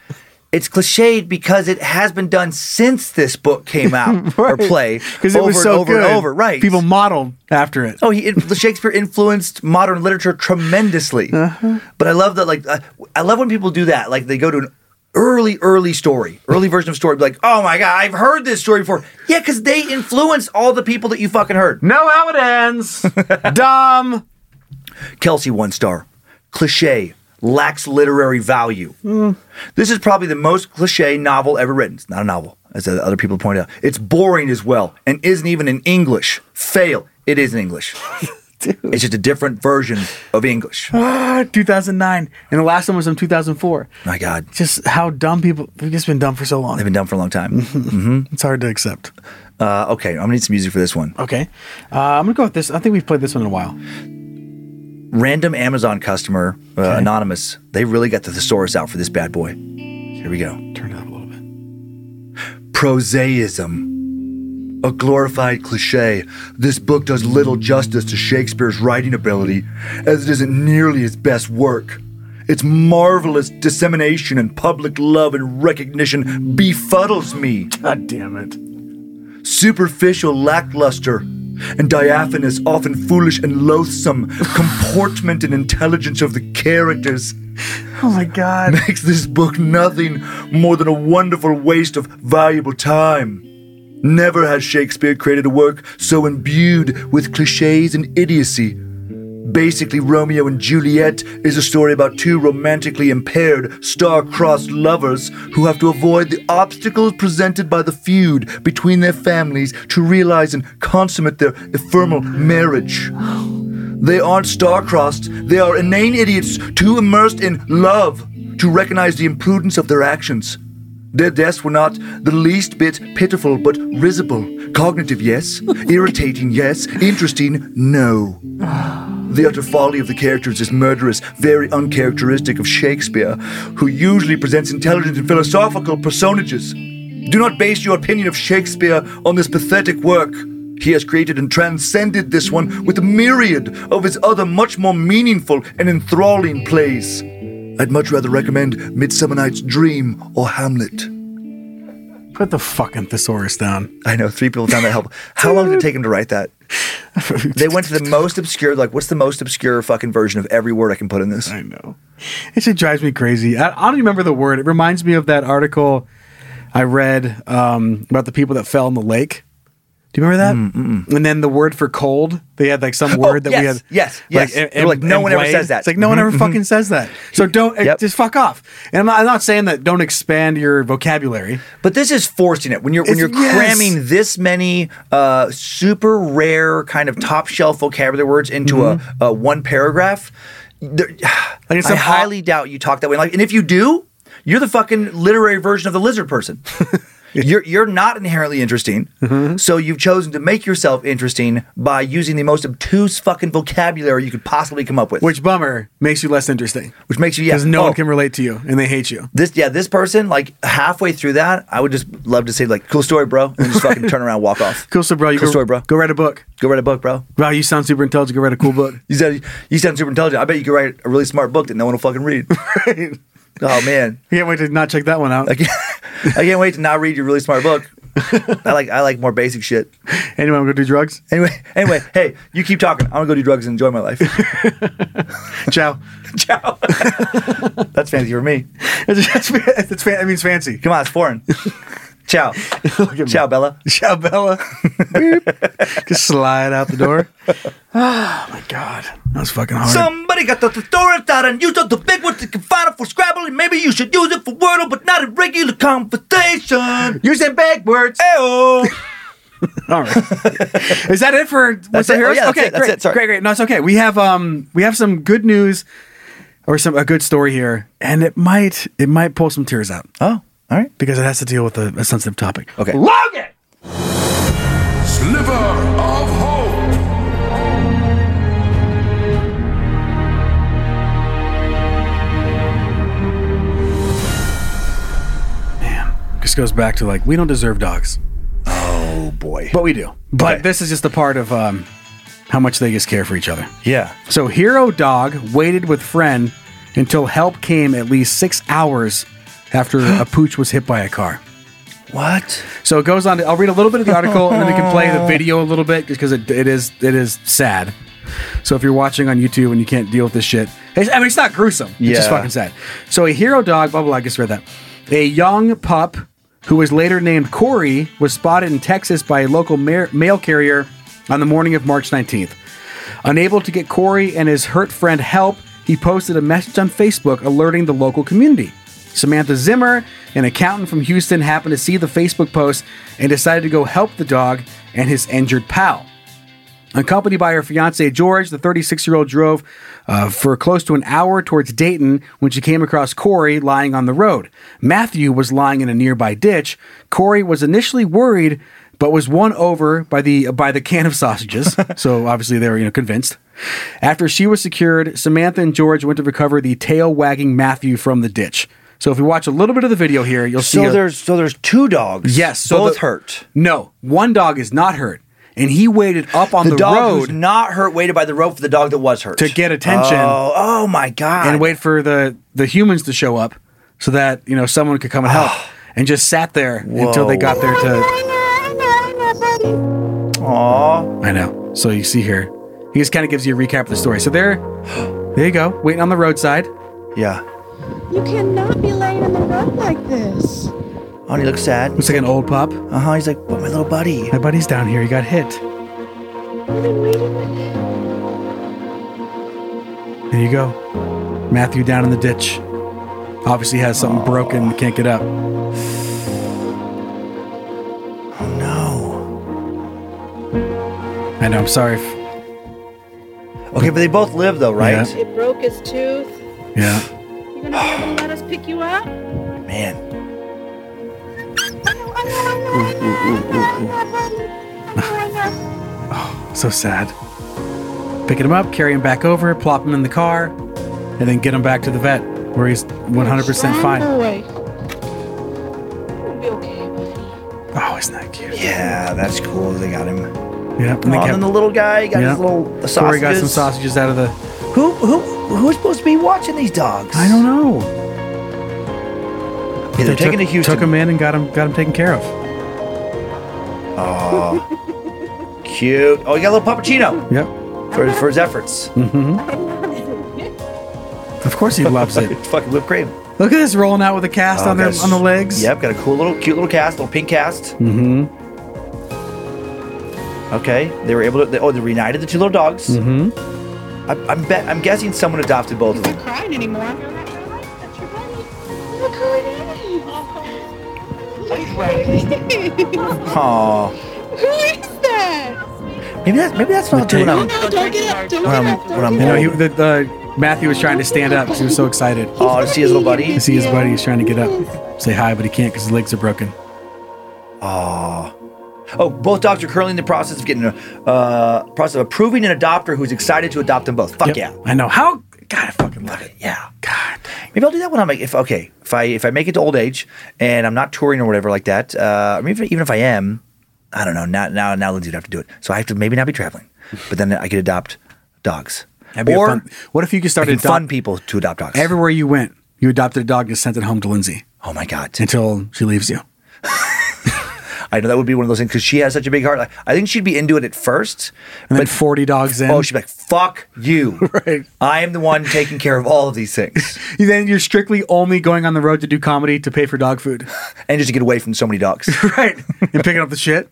it's cliched because it has been done since this book came out or play
Because it
over
was
and
so
over
good.
and over, right?
People modeled after it.
Oh, he inf- Shakespeare influenced modern literature tremendously. But I love that. Like, uh, I love when people do that. Like, they go to an early, early story, early version of story. Be like, oh my god, I've heard this story before. Yeah, because they influenced all the people that you fucking heard.
Know how it ends. dumb.
Kelsey, one star. Cliche lacks literary value. This is probably the most cliche novel ever written. It's not a novel, as the other people point out. It's boring as well, and isn't even in English. Fail. It is in English. It's just a different version of English.
Ah, 2009. And the last one was in 2004.
My God.
Just how dumb people, they've just been dumb for so long.
They've been done for a long time.
It's hard to accept.
uh, okay, I'm gonna need some music for this one.
Okay. Uh, I'm going to go with this. I think we've played this one in a while.
Random Amazon customer, uh, anonymous. They really got the thesaurus out for this bad boy. Here we go.
Turn it up a little bit.
Prosaism, a glorified cliche. This book does little justice to Shakespeare's writing ability, as it isn't nearly his best work. Its marvelous dissemination and public love and recognition befuddles me.
God damn it.
superficial lackluster, and diaphanous, often foolish and loathsome comportment and intelligence of the characters
Oh my God.
makes this book nothing more than a wonderful waste of valuable time. Never has Shakespeare created a work so imbued with cliches and idiocy. Basically, Romeo and Juliet is a story about two romantically impaired, star crossed lovers who have to avoid the obstacles presented by the feud between their families to realize and consummate their ephemeral marriage. They aren't star-crossed. They are inane idiots too immersed in love to recognize the imprudence of their actions. Their deaths were not the least bit pitiful, but risible. Cognitive, yes. Irritating, yes. Interesting, no. The utter folly of the characters is murderous, very uncharacteristic of Shakespeare, who usually presents intelligent and philosophical personages. Do not base your opinion of Shakespeare on this pathetic work. He has created and transcended this one with a myriad of his other much more meaningful and enthralling plays. I'd much rather recommend Midsummer Night's Dream or Hamlet.
Put the fucking thesaurus down.
I know three people found that helpful. How long did it take him to write that? They went to the most obscure, like, what's the most obscure fucking version of every word I can put in this?
I know. It just drives me crazy. I, I don't remember the word. It reminds me of that article I read um, about the people that fell in the lake. Do you remember that? And then the word for cold, they had like some word that
Mm,
we
Oh, yes,
had.
yes, yes. They were like, no one ever
blade.
says that. Mm-hmm,
It's like no one ever fucking says that. So don't
Yep.
just fuck off. And I'm not, I'm not saying that don't expand your vocabulary.
But this is forcing it when you're when
It's-
you're
yes.
cramming this many uh, super rare kind of top shelf vocabulary words into
Mm-hmm.
a, a one paragraph. There,
Like it's
I
a pop-
highly doubt you talk that way. Like, and if you do, you're the fucking literary version of the lizard person. You're you're not inherently interesting,
Mm-hmm.
so you've chosen to make yourself interesting by using the most obtuse fucking vocabulary you could possibly come up with.
Which bummer makes you less interesting.
Which makes you yeah.
Because no
oh,
one can relate to you and they hate you.
This yeah, this person like halfway through that, I would just love to say like, "Cool story, bro," and just fucking turn around, and walk off.
Cool story, bro. You
Cool
go,
story, bro.
Go write a book.
Go write a book, bro.
Wow, you sound super intelligent. Go write a cool book.
You said you sound super intelligent. I bet you could write a really smart book that no one will fucking read. Oh man,
I can't wait to not check that one out.
I can't, I can't wait to not read your really smart book. I like I like more basic shit.
Anyway, I'm gonna do drugs.
Anyway, anyway, hey, you keep talking. I'm gonna go do drugs and enjoy my life.
Ciao.
Ciao. That's fancy for me.
It's, it's, it's, fan- I mean, it's fancy.
Come on, it's foreign. Ciao.
Look at me.
Ciao, Bella.
Ciao, Bella. Beep. Just slide out the door. Oh my god, that was fucking hard.
Somebody got the thesaurus out and used up the big ones that can find it for Scrabble, and maybe you should use it for Wordle, but not in regular conversation.
Use them big words.
Ew.
All right. Is that it for what's
it.
the heroes?
Oh, yeah, that's
okay,
it, that's
great,
it, sorry.
great, great. No, it's okay. We have um we have some good news or some a good story here, and it might it might pull some tears out
Oh, all right.
because it has to deal with a, a sensitive topic.
Okay.
Logan.
Sliver of hope.
This goes back to like we don't deserve dogs,
Oh boy.
but we do. But
Okay.
this is just a part of um how much they just care for each other.
Yeah.
So hero dog waited with friend until help came at least six hours after a pooch was hit by a car.
What?
So it goes on. To, I'll read a little bit of the article, and then we can play the video a little bit because it, it is it is sad. So if you're watching on YouTube and you can't deal with this shit, it's, I mean it's not gruesome. It's just
Yeah.
fucking sad. So a hero dog, blah blah. blah I just read that. A young pup who was later named Corey was spotted in Texas by a local ma- mail carrier on the morning of March 19th. Unable to get Corey and his hurt friend help, he posted a message on Facebook alerting the local community. Samantha Zimmer, an accountant from Houston, happened to see the Facebook post and decided to go help the dog and his injured pal. Accompanied by her fiance George, the 36 year old drove uh, for close to an hour towards Dayton when she came across Corey lying on the road. Matthew was lying in a nearby ditch. Corey was initially worried, but was won over by the by the can of sausages. so obviously they were you know convinced. After she was secured, Samantha and George went to recover the tail wagging Matthew from the ditch. So if you watch a little bit of the video here, you'll see.
So
a-
there's so there's two dogs.
Yes, so
both
the-
hurt.
No, one dog is not hurt, and he waited up on
The,
the,
dog
road
who's not hurt waited by the rope for the dog that was hurt
to get attention.
Oh, oh my god!
and wait for the the humans to show up so that you know someone could come and help and just sat there until they got there to
Aw.
i know so you see here he just kind of gives you a recap of the story so there there you go waiting on the roadside
Yeah.
You cannot be laying on the road like this.
Oh, and he looks sad.
looks like an old pup
Uh huh. He's like, but my little buddy.
my buddy's down here he got hit
Wait a minute.
there you go matthew down in the ditch obviously has something broken can't get up
Oh, No.
i know i'm sorry if,
Okay, but they both live though, right?
He broke his tooth.
yeah
You're gonna be able to let us pick you up?
Man.
so sad picking him up carry him back over plop him in the car and then get him back to the vet where he's 100% fine
Boy. You'll be okay, buddy.
Oh, isn't that cute?
Yeah, that's cool. They got him. Oh,
Yeah.
and then the little guy got
Yeah.
his little sausages.
Corey got some sausages out of the.
Who who who's supposed to be watching these dogs?
I don't know.
Yeah, they're taken
took,
to Houston.
Took him in and got him got him taken care of.
Cute. Oh, he got a little puppuccino
Yep.
for, for his efforts.
Mm, Of course he loves it.
Fucking whipped cream.
Look at this rolling out with a cast
Oh,
on their
got a s-
on the legs.
Yep, got a cool little, cute little cast, little pink cast.
Mm-hmm.
Okay, they were able to. They, oh, they reunited the two little dogs.
Mm-hmm.
I, I'm bet. I'm guessing someone adopted both of
He's not
them.
crying anymore. That's your buddy. He's not crying anymore. He's waiting.
Aw,
Who is that?
maybe that's maybe that's what I'll do when
No,
I'm.
no, don't get up. Don't
When
get
I'm-
up.
when I'm
Don't
You
get
know,
up.
he, the, the Matthew was trying to stand up 'cause he was so excited.
Oh, to see his little buddy.
You see his buddy, he's trying to get up, say hi, but he can't because his legs are broken.
Ah. Oh, both dogs are currently in the process of getting a uh, process of approving an adopter who's excited to adopt them both. Fuck yeah.
I know. How? God, I fucking
love it. Yeah. God. Maybe I'll do that when I'm like, if okay, if I if I make it to old age and I'm not touring or whatever like that, uh, or maybe even if I am, I don't know. Now now now Lindsay would have to do it, so I have to maybe not be traveling, but then I could adopt dogs.
That'd be a fun- what if you could start
I can
adopt-
fund people to adopt dogs?
Everywhere you went, you adopted a dog and sent it home to Lindsay.
Oh my god!
Until she leaves you.
I know that would be one of those things because she has such a big heart. Like, I think she'd be into it at first,
And then 40 dogs in.
Oh, she'd be like, fuck you. right. I am the one taking care of all of these things.
You- then you're strictly only going on the road to do comedy to pay for dog food.
and just to get away from so many dogs.
right. And picking up the shit.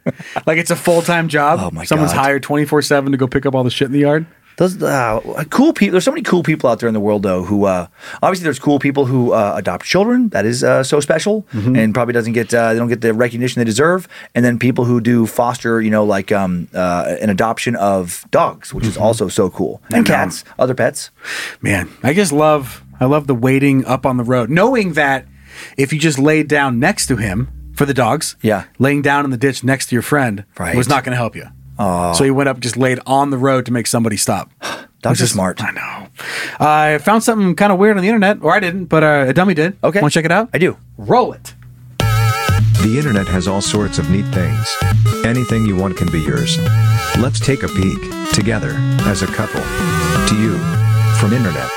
Like it's a full time job. Oh my Someone's
God.
hired 24 7 to go pick up all the shit in the yard.
Those uh, cool people. There's so many cool people out there in the world, though. Who uh, obviously there's cool people who uh, adopt children. That is uh, so special,
Mm-hmm.
and probably doesn't get uh, they don't get the recognition they deserve. And then people who do foster, you know, like um, uh, an adoption of dogs, which
Mm-hmm.
is also so cool, and cats, other pets.
Man, I just love I love the waiting up on the road, knowing that if you just laid down next to him for the dogs,
Yeah.
laying down in the ditch next to your friend
Right.
was not going to help you.
Oh.
So he went up, and just laid on the road to make somebody stop.
Dogs
Which
are
is-
smart.
I know. I found something kind of weird on the internet, or I didn't, but uh, a dummy did.
Okay.
want to check it out?
I do.
Roll it.
The internet has all sorts of neat things. Anything you want can be yours. Let's take a peek, together, as a couple. To you, from internet.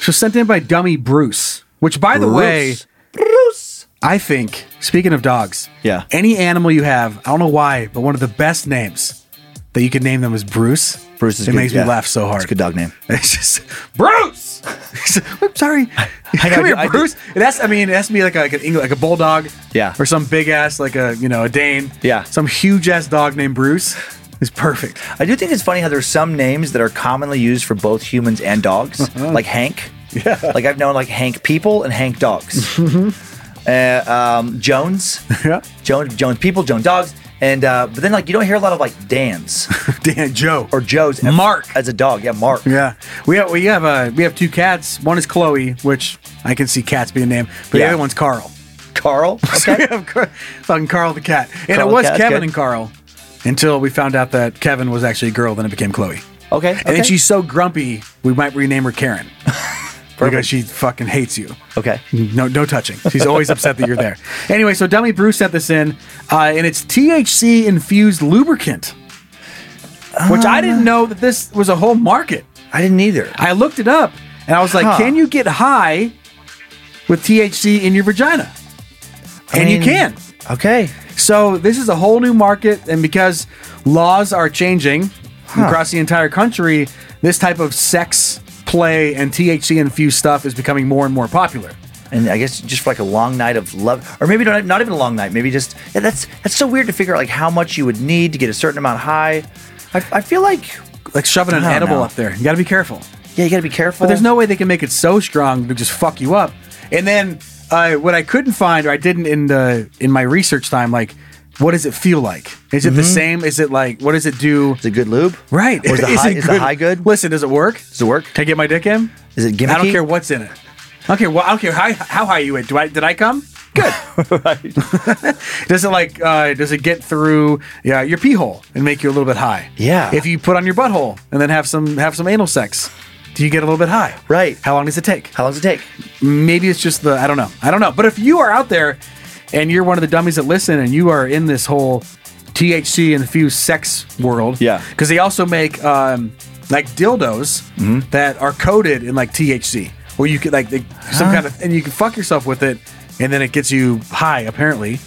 So sent in by Dummy Bruce, which by the way,
Bruce.
Bruce.
I think speaking of dogs,
Yeah.
any animal you have, I don't know why, but one of the best names that you could name them is Bruce.
Bruce is
it
good,
makes
yeah.
me laugh so hard.
It's a good dog name.
It's just Bruce. I'm sorry.
I
Come
do-
here,
I do-
Bruce. It has, I mean, it has to be like, a, like an English, like a bulldog,
Yeah.
or some big ass, like a you know a Dane,
Yeah.
some huge ass dog named Bruce is perfect.
I do think it's funny how there's some names that are commonly used for both humans and dogs,
Uh-huh.
like Hank. Yeah. Like I've known like Hank people and Hank dogs. uh, um, Jones.
Mm-hmm. Yeah.
Jones Jones people, Jones dogs, and uh, but then like you don't hear a lot of like Dan's
Dan Joe
or Joe's as-
Mark.
as a dog. Yeah, Mark.
Yeah, we have we have uh, we have two cats. One is Chloe, which I can see cats being named, but
Yeah.
the other one's Carl.
Carl.
So we
Okay.
have Car- fucking Carl the cat, and
Carl
it
the
was
cat's
Kevin
good.
and Carl until we found out that Kevin was actually a girl. Then it became Chloe,
okay.
and
okay.
then she's so grumpy we might rename her Karen because she fucking hates you.
okay.
No, no touching. She's always upset that you're there. Anyway, so Dummy Bruce sent this in, uh, and it's THC infused lubricant, which I
Um.
didn't know that this was a whole market.
I didn't either.
I looked it up and I was like,
Huh.
can you get high with THC in your vagina?
I
and you
mean,
can.
Okay.
So this is a whole new market, and because laws are changing across the entire country, this type of sex play and THC infused stuff is becoming more and more popular.
and I guess just for like a long night of love, or maybe not, not even a long night. Maybe just yeah, that's that's so weird to figure out like how much you would need to get a certain amount high. I, I feel like
Like shoving an
I don't
edible
know.
up there. You gotta be careful.
yeah, you got to be careful.
But there's no way they can make it so strong to just fuck you up. And then uh, what I couldn't find, or I didn't in the in my research time, like what does it feel like? Is it the same? Is it like what does it do?
Mm-hmm. is it good lube?
Right?
Or is the,
Is
high,
it
is the high good?
Listen, does it work?
Does it work?
Can I get my dick in?
Is it
I don't
gimmicky?
care what's in it. I don't care. Well, I don't care how, how high you went. Do I did I come? Good. does it like uh, does it get through yeah, your pee hole and make you a little bit high?
Yeah.
If you put on your butthole and then have some have some anal sex, do you get a little bit high?
Right.
How long does it take?
How long does it take?
Maybe it's just the I don't know. I don't know. But if you are out there and you're one of the dummies that listen and you are in this whole THC infused sex world,
Yeah.
because they also make um, like dildos that are coated in like THC, or you could like they, some kind of and you can fuck yourself with it, and then it gets you high. Apparently,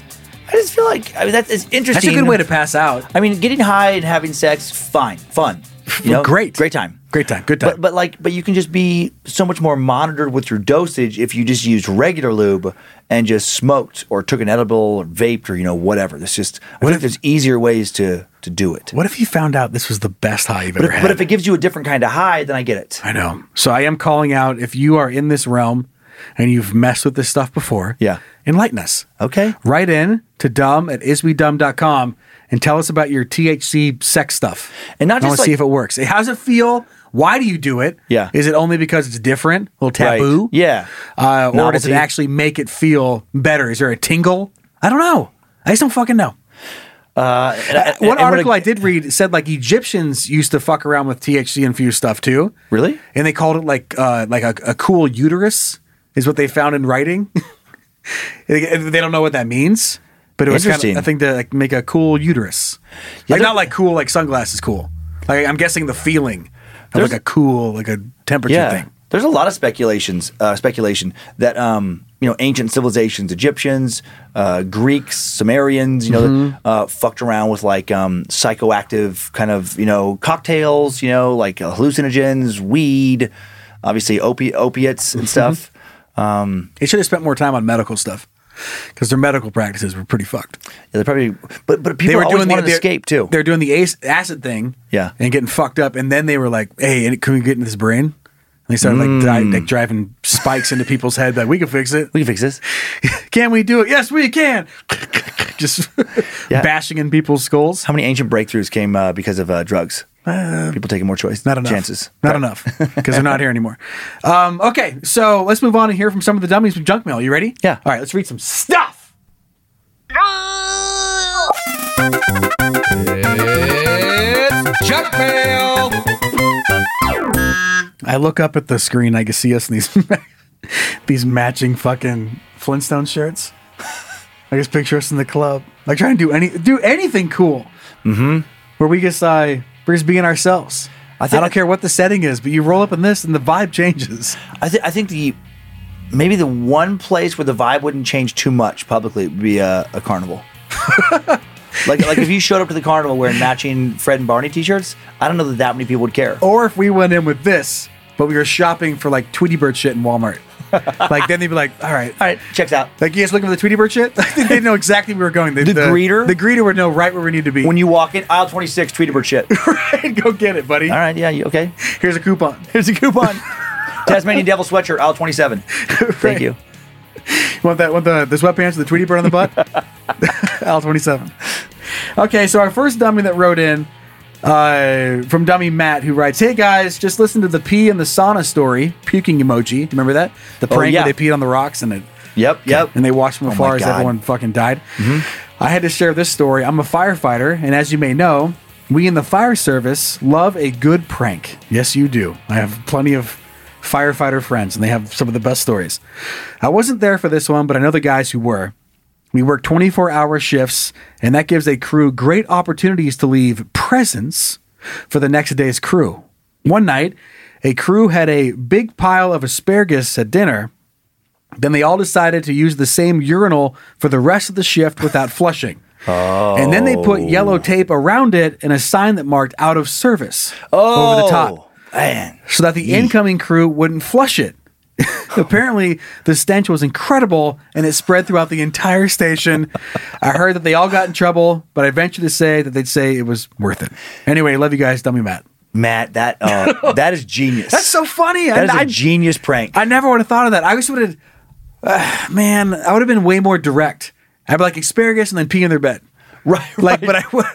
I just feel like I mean that's it's
that's
interesting.
a good way to pass out.
I mean, getting high and having sex, fine, fun, you know,
Great.
great time.
Great time, good time.
But but like but you can just be so much more monitored with your dosage if you just used regular lube and just smoked or took an edible or vaped or you know whatever. There's just I think
if-
there's easier ways to to do it.
what if you found out this was the best high you've
But
ever
if,
had?
but if it gives you a different kind of high, then I get it.
I know. So I am calling out if you are in this realm and you've messed with this stuff before,
Yeah.
enlighten us.
Okay.
Write in to dumb at iswedumb.com and tell us about your THC sex stuff.
And not
I
just
wanna
like-
see if it works. How's it feel? Why do you do it?
Yeah.
Is it only because it's different? A little
Right.
taboo?
Yeah.
Uh, or does it
Novelty.
actually make it feel better? Is there a tingle? I don't know. I just don't fucking know.
Uh, and I-
One
and what a-
article I did read said like Egyptians used to fuck around with THC infused stuff too.
Really?
And they called it like uh, like a, a cool uterus is what they found in writing. they they don't know what that means, but it was kind of
Interesting.
I think to like make a cool uterus, like not like cool like sunglasses cool. Like I'm guessing the feeling of
There's-
like a cool like a temperature thing.
There's a lot of speculations, uh, speculation that um, you know ancient civilizations, Egyptians, uh, Greeks, Sumerians, you know,
Mhm.
uh, fucked around with like um, psychoactive kind of you know cocktails, you know, like uh, hallucinogens, weed, obviously opi- opiates
Mm-hmm.
and stuff. Um,
it should have spent more time on medical stuff because their medical practices were pretty fucked.
Yeah, they probably, but but people always wanted to escape too.
They're doing the ace, acid thing,
Yeah.
and getting fucked up. And then they were like, "Hey, and can we get into this brain?" And they started like, dri- like driving spikes into people's head that we can fix it.
Mm. We can fix this.
can we do it? Yes, we can. Just bashing in people's skulls.
How many ancient breakthroughs came uh, because of uh, drugs?
Uh,
people taking more choice, not enough chances,
not enough because they're not here anymore. Um, okay, so let's move on and hear from some of the dummies with junk mail. You ready? Yeah. All right, let's read some stuff.
It's junk mail.
I look up at the screen. I can see us in these these matching fucking Flintstone shirts. I just picture us in the club, like trying to do any do anything cool,
Mm-hmm.
where we just uh, we're just being ourselves. I, don't care what the setting is, but you roll up in this and the vibe changes.
I think I think the maybe the one place where the vibe wouldn't change too much publicly would be a, a carnival. like like if you showed up to the carnival wearing matching Fred and Barney t-shirts, I don't know that that many people would care.
Or if we went in with this, but we were shopping for like Tweety Bird shit in Walmart, like then they'd be like, "All right, all
right, checks out."
Like you guys looking for the Tweety Bird shit? they know exactly where we were going. The,
greeter?
the greeter would know right where we need to be.
When you walk in aisle 26 Tweetybird shit.
right, go get it, buddy.
All right, yeah, you, okay.
Here's a coupon.
Here's a coupon. Tasmanian Devil sweatshirt aisle 27. Thank you.
Want that? Want the the sweatpants with the Tweety bird on the butt? Al twenty seven. Okay, so our first dummy that wrote in uh, from dummy Matt, who writes, "Hey guys, just listen to the pee in the sauna story, puking emoji. Remember that? The
Oh,
prank
yeah.
where they peed on the rocks and it.
Yep, yep.
And they watched from
Oh, my
afar as
God. Mm-hmm.
everyone fucking died. I had to share this story. I'm a firefighter, and as you may know, we in the fire service love a good prank. Yes, you do. I have plenty of firefighter friends, and they have some of the best stories. I wasn't there for this one, but I know the guys who were. We work 24 hour shifts, and that gives a crew great opportunities to leave presents for the next day's crew. One night, a crew had a big pile of asparagus at dinner. Then they all decided to use the same urinal for the rest of the shift without flushing. Oh. And then they put yellow tape around it and a sign that marked out of service over the top. So that the incoming crew wouldn't flush it. Apparently, the stench was incredible and it spread throughout the entire station. I heard that they all got in trouble, but I venture to say that they'd say it was worth it. Anyway, love you guys. Dummy Matt.
Matt, that uh, that is genius.
That's so funny.
That is a
I- I-
genius prank.
I never would have thought of that. I just would have, uh, man, I would have been way more direct. I'd be like asparagus and then pee in their bed.
Right,
like, but I, would-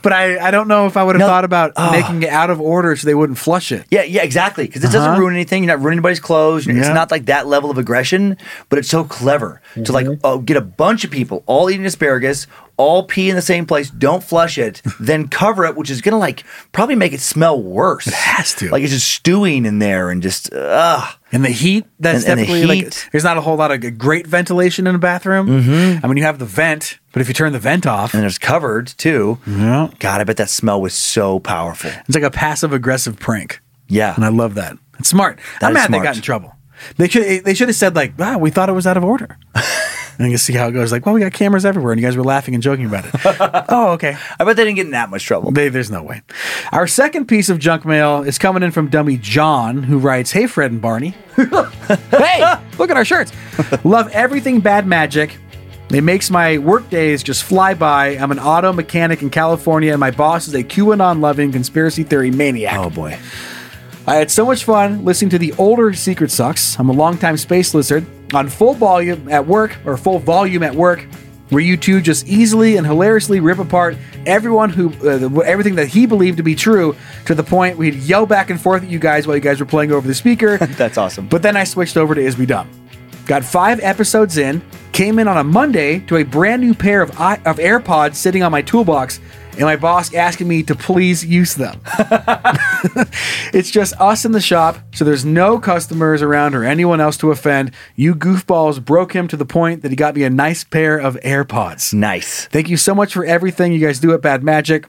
but I, I don't know if I would have
No.
thought about
Ah.
making it out of order so they wouldn't flush it.
Yeah, yeah, exactly. Because it
Uh-huh.
doesn't ruin anything. You're not ruining anybody's clothes. It's
Yeah.
not like that level of aggression, but it's so clever to like
Mm-hmm.
oh, get a bunch of people all eating asparagus, all pee in the same place, don't flush it, then cover it, which is gonna like probably make it smell worse. It has to. Like it's just stewing in there and just ugh.
And the heat. That's
and,
definitely
the heat.
like there's not a whole lot of g- great ventilation in a bathroom. Mm-hmm. I mean, you have the vent, but if you turn the vent off,
and there's covered too.
Yeah.
God, I bet that smell was so powerful.
it's like a passive aggressive prank.
Yeah, and
I love that. It's smart.
That
I'm
is
mad they
smart.
got in trouble. They should eh, they should have said like, "Wow, we thought it was out of order." and you can see how it goes. Like, well, we got cameras everywhere, and you guys were laughing and joking about it. oh, okay.
I bet they didn't get in that much trouble.
They, there's no way. Our second piece of junk mail is coming in from Dummy John, who writes, "Hey, Fred and Barney. hey, look at our shirts. Love everything Bad Magic." It makes my work days just fly by. I'm an auto mechanic in California, and my boss is a QAnon loving conspiracy theory maniac. Oh,
boy.
I had so much fun listening to the older Secret Sucks. I'm a longtime space lizard on full volume at work or full volume at work, where you two just easily and hilariously rip apart everyone who uh, the- everything that he believed to be true to the point we'd yell back and forth at you guys while you guys were playing over the speaker.
That's awesome.
But then I switched over to Is We Dumb. Got five episodes in, Came in on a Monday to a brand new pair of I- of AirPods sitting on my toolbox, and my boss asking me to please use them. it's just us in the shop, so there's no customers around or anyone else to offend. You goofballs broke him to the point that he got me a nice pair of AirPods.
Nice.
Thank you so much for everything you guys do at Bad Magic.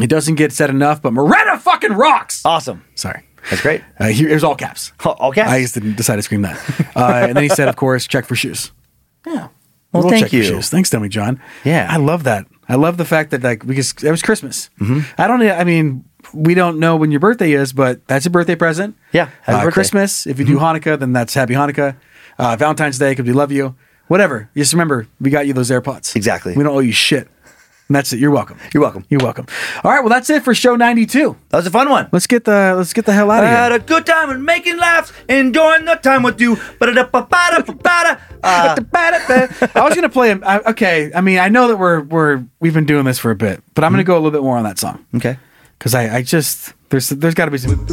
It doesn't get said enough, but Moretta fucking rocks.
Awesome.
Sorry.
That's great.
Uh, here, it was all caps.
All caps.
I just didn't decide to scream that. Uh, and then he said, of course, check for shoes.
Yeah.
We
Well,
will
thank
check for
you.
shoes. Thanks, Dummy John.
Yeah.
I love that. I love the fact that like because it was Christmas.
Mm-hmm.
I don't. I mean, we don't know when your birthday is, but that's a birthday present.
Yeah, happy
Uh,
birthday. Mm-hmm.
Christmas. If you do Hanukkah, then that's Happy Hanukkah. Uh, Valentine's Day because we love you. Whatever. Just remember, we got you those AirPods.
Exactly.
We don't owe you shit. And that's it. You're welcome.
You're welcome.
You're welcome. All right. Well, that's it for show 92.
That was a fun one.
Let's get the let's get the hell out
I
of
had
here.
a good time and making laughs, enjoying the time with you. Ba-da-da-ba-ba-da-ba-ba-da. Uh,
I was gonna play him. I, okay, I mean, I know that we're we're we've been doing this for a bit, but I'm gonna go a little bit more on that song
okay.
because I I just there's there's got to be some.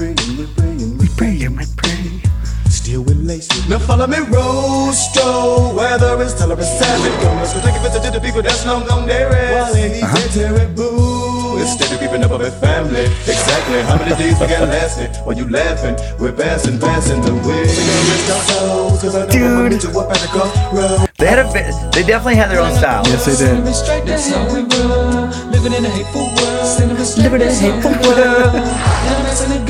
Still with lace. Now follow me, Rosto. Weather is tell her it's seven. Let's go take a visit to the people that's long gone there is. While in these uh boo. Instead of keeping up with family. Exactly. How many days we got lasting? While you laughing, we're passing, passing the way. Dude.
They had a. vi- They definitely had their own style.
Yes, they did.
That's how we roll. Living in a hateful world.
Living in a hateful world.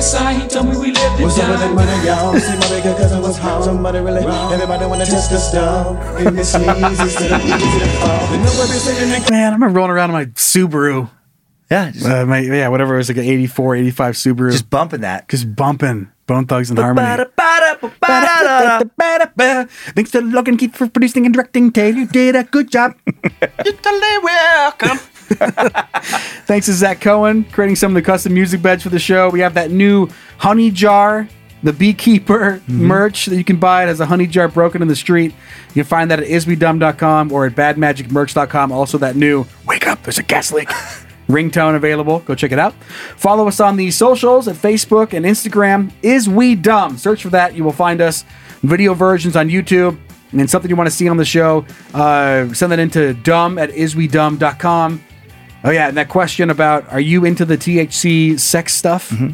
Well, somebody like money, y'all. See my bigger cousin was home. Somebody really wrong. Everybody wanna test the stone. It is easy, so easy to fall. And nobody's sitting in
Man, I remember rolling around in my Subaru,
Yeah, just,
uh, my yeah, whatever it was, like an '84, '85 Subaru, just,
just bumping that.
bumping Bone Thugs and Harmony.
Ba-da-ba-da-ba-ba-da-da.
Thanks to Logan Keith for producing and directing. Taylor you did a good job. Italy, welcome. Thanks to Zach Cohen creating some of the custom music beds for the show. We have that new honey jar, the beekeeper merch that you can buy. It has a honey jar broken in the street. You can find that at isbedumb.com or at badmagicmerch.com. Also, that new wake up, there's a gas leak. Ringtone available. Go check it out. Follow us on the socials at Facebook and Instagram. Is We Dumb? Search for that. You will find us. Video versions on YouTube and something you want to see on the show, uh, send that into dumb at iswedumb.com. Oh, yeah. And that question about are you into the THC sex stuff?
Mm-hmm.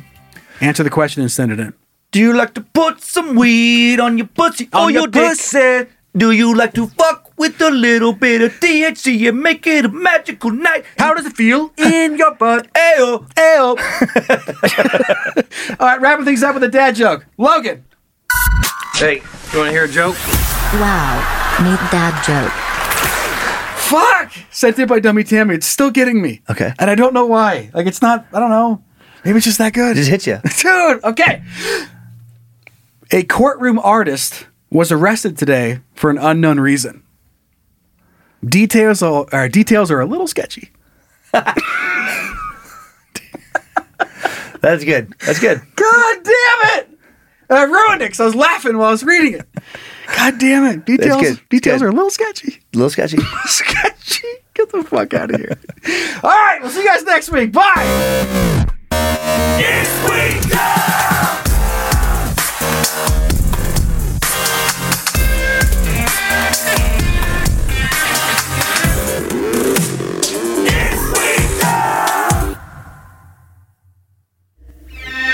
Answer the question and send it in.
Do you like to put some weed on your pussy
On
or
your
your dick?
pussy.
Do you like to fuck with a little bit of THC and make it a magical night?
How does it feel?
in your butt? Ayo.
Ew. All right, wrapping things up with a dad joke. Logan.
Hey, you want to hear a joke?
Wow. Neat dad joke.
Fuck! Sent in by Dummy Tammy. It's still getting me.
Okay.
And I don't know why. Like, it's not, I don't know. Maybe it's just that good.
It just hit you.
Dude, okay. A courtroom artist was arrested today for an unknown reason. Details are, are- details are a little sketchy.
That's good. That's good.
God damn it! I ruined it because I was laughing while I was reading it. God damn it! Details
good. That's
details
good.
are a little sketchy.
A little sketchy.
sketchy. Get the fuck out of here. All right, we'll see you guys next week. Bye.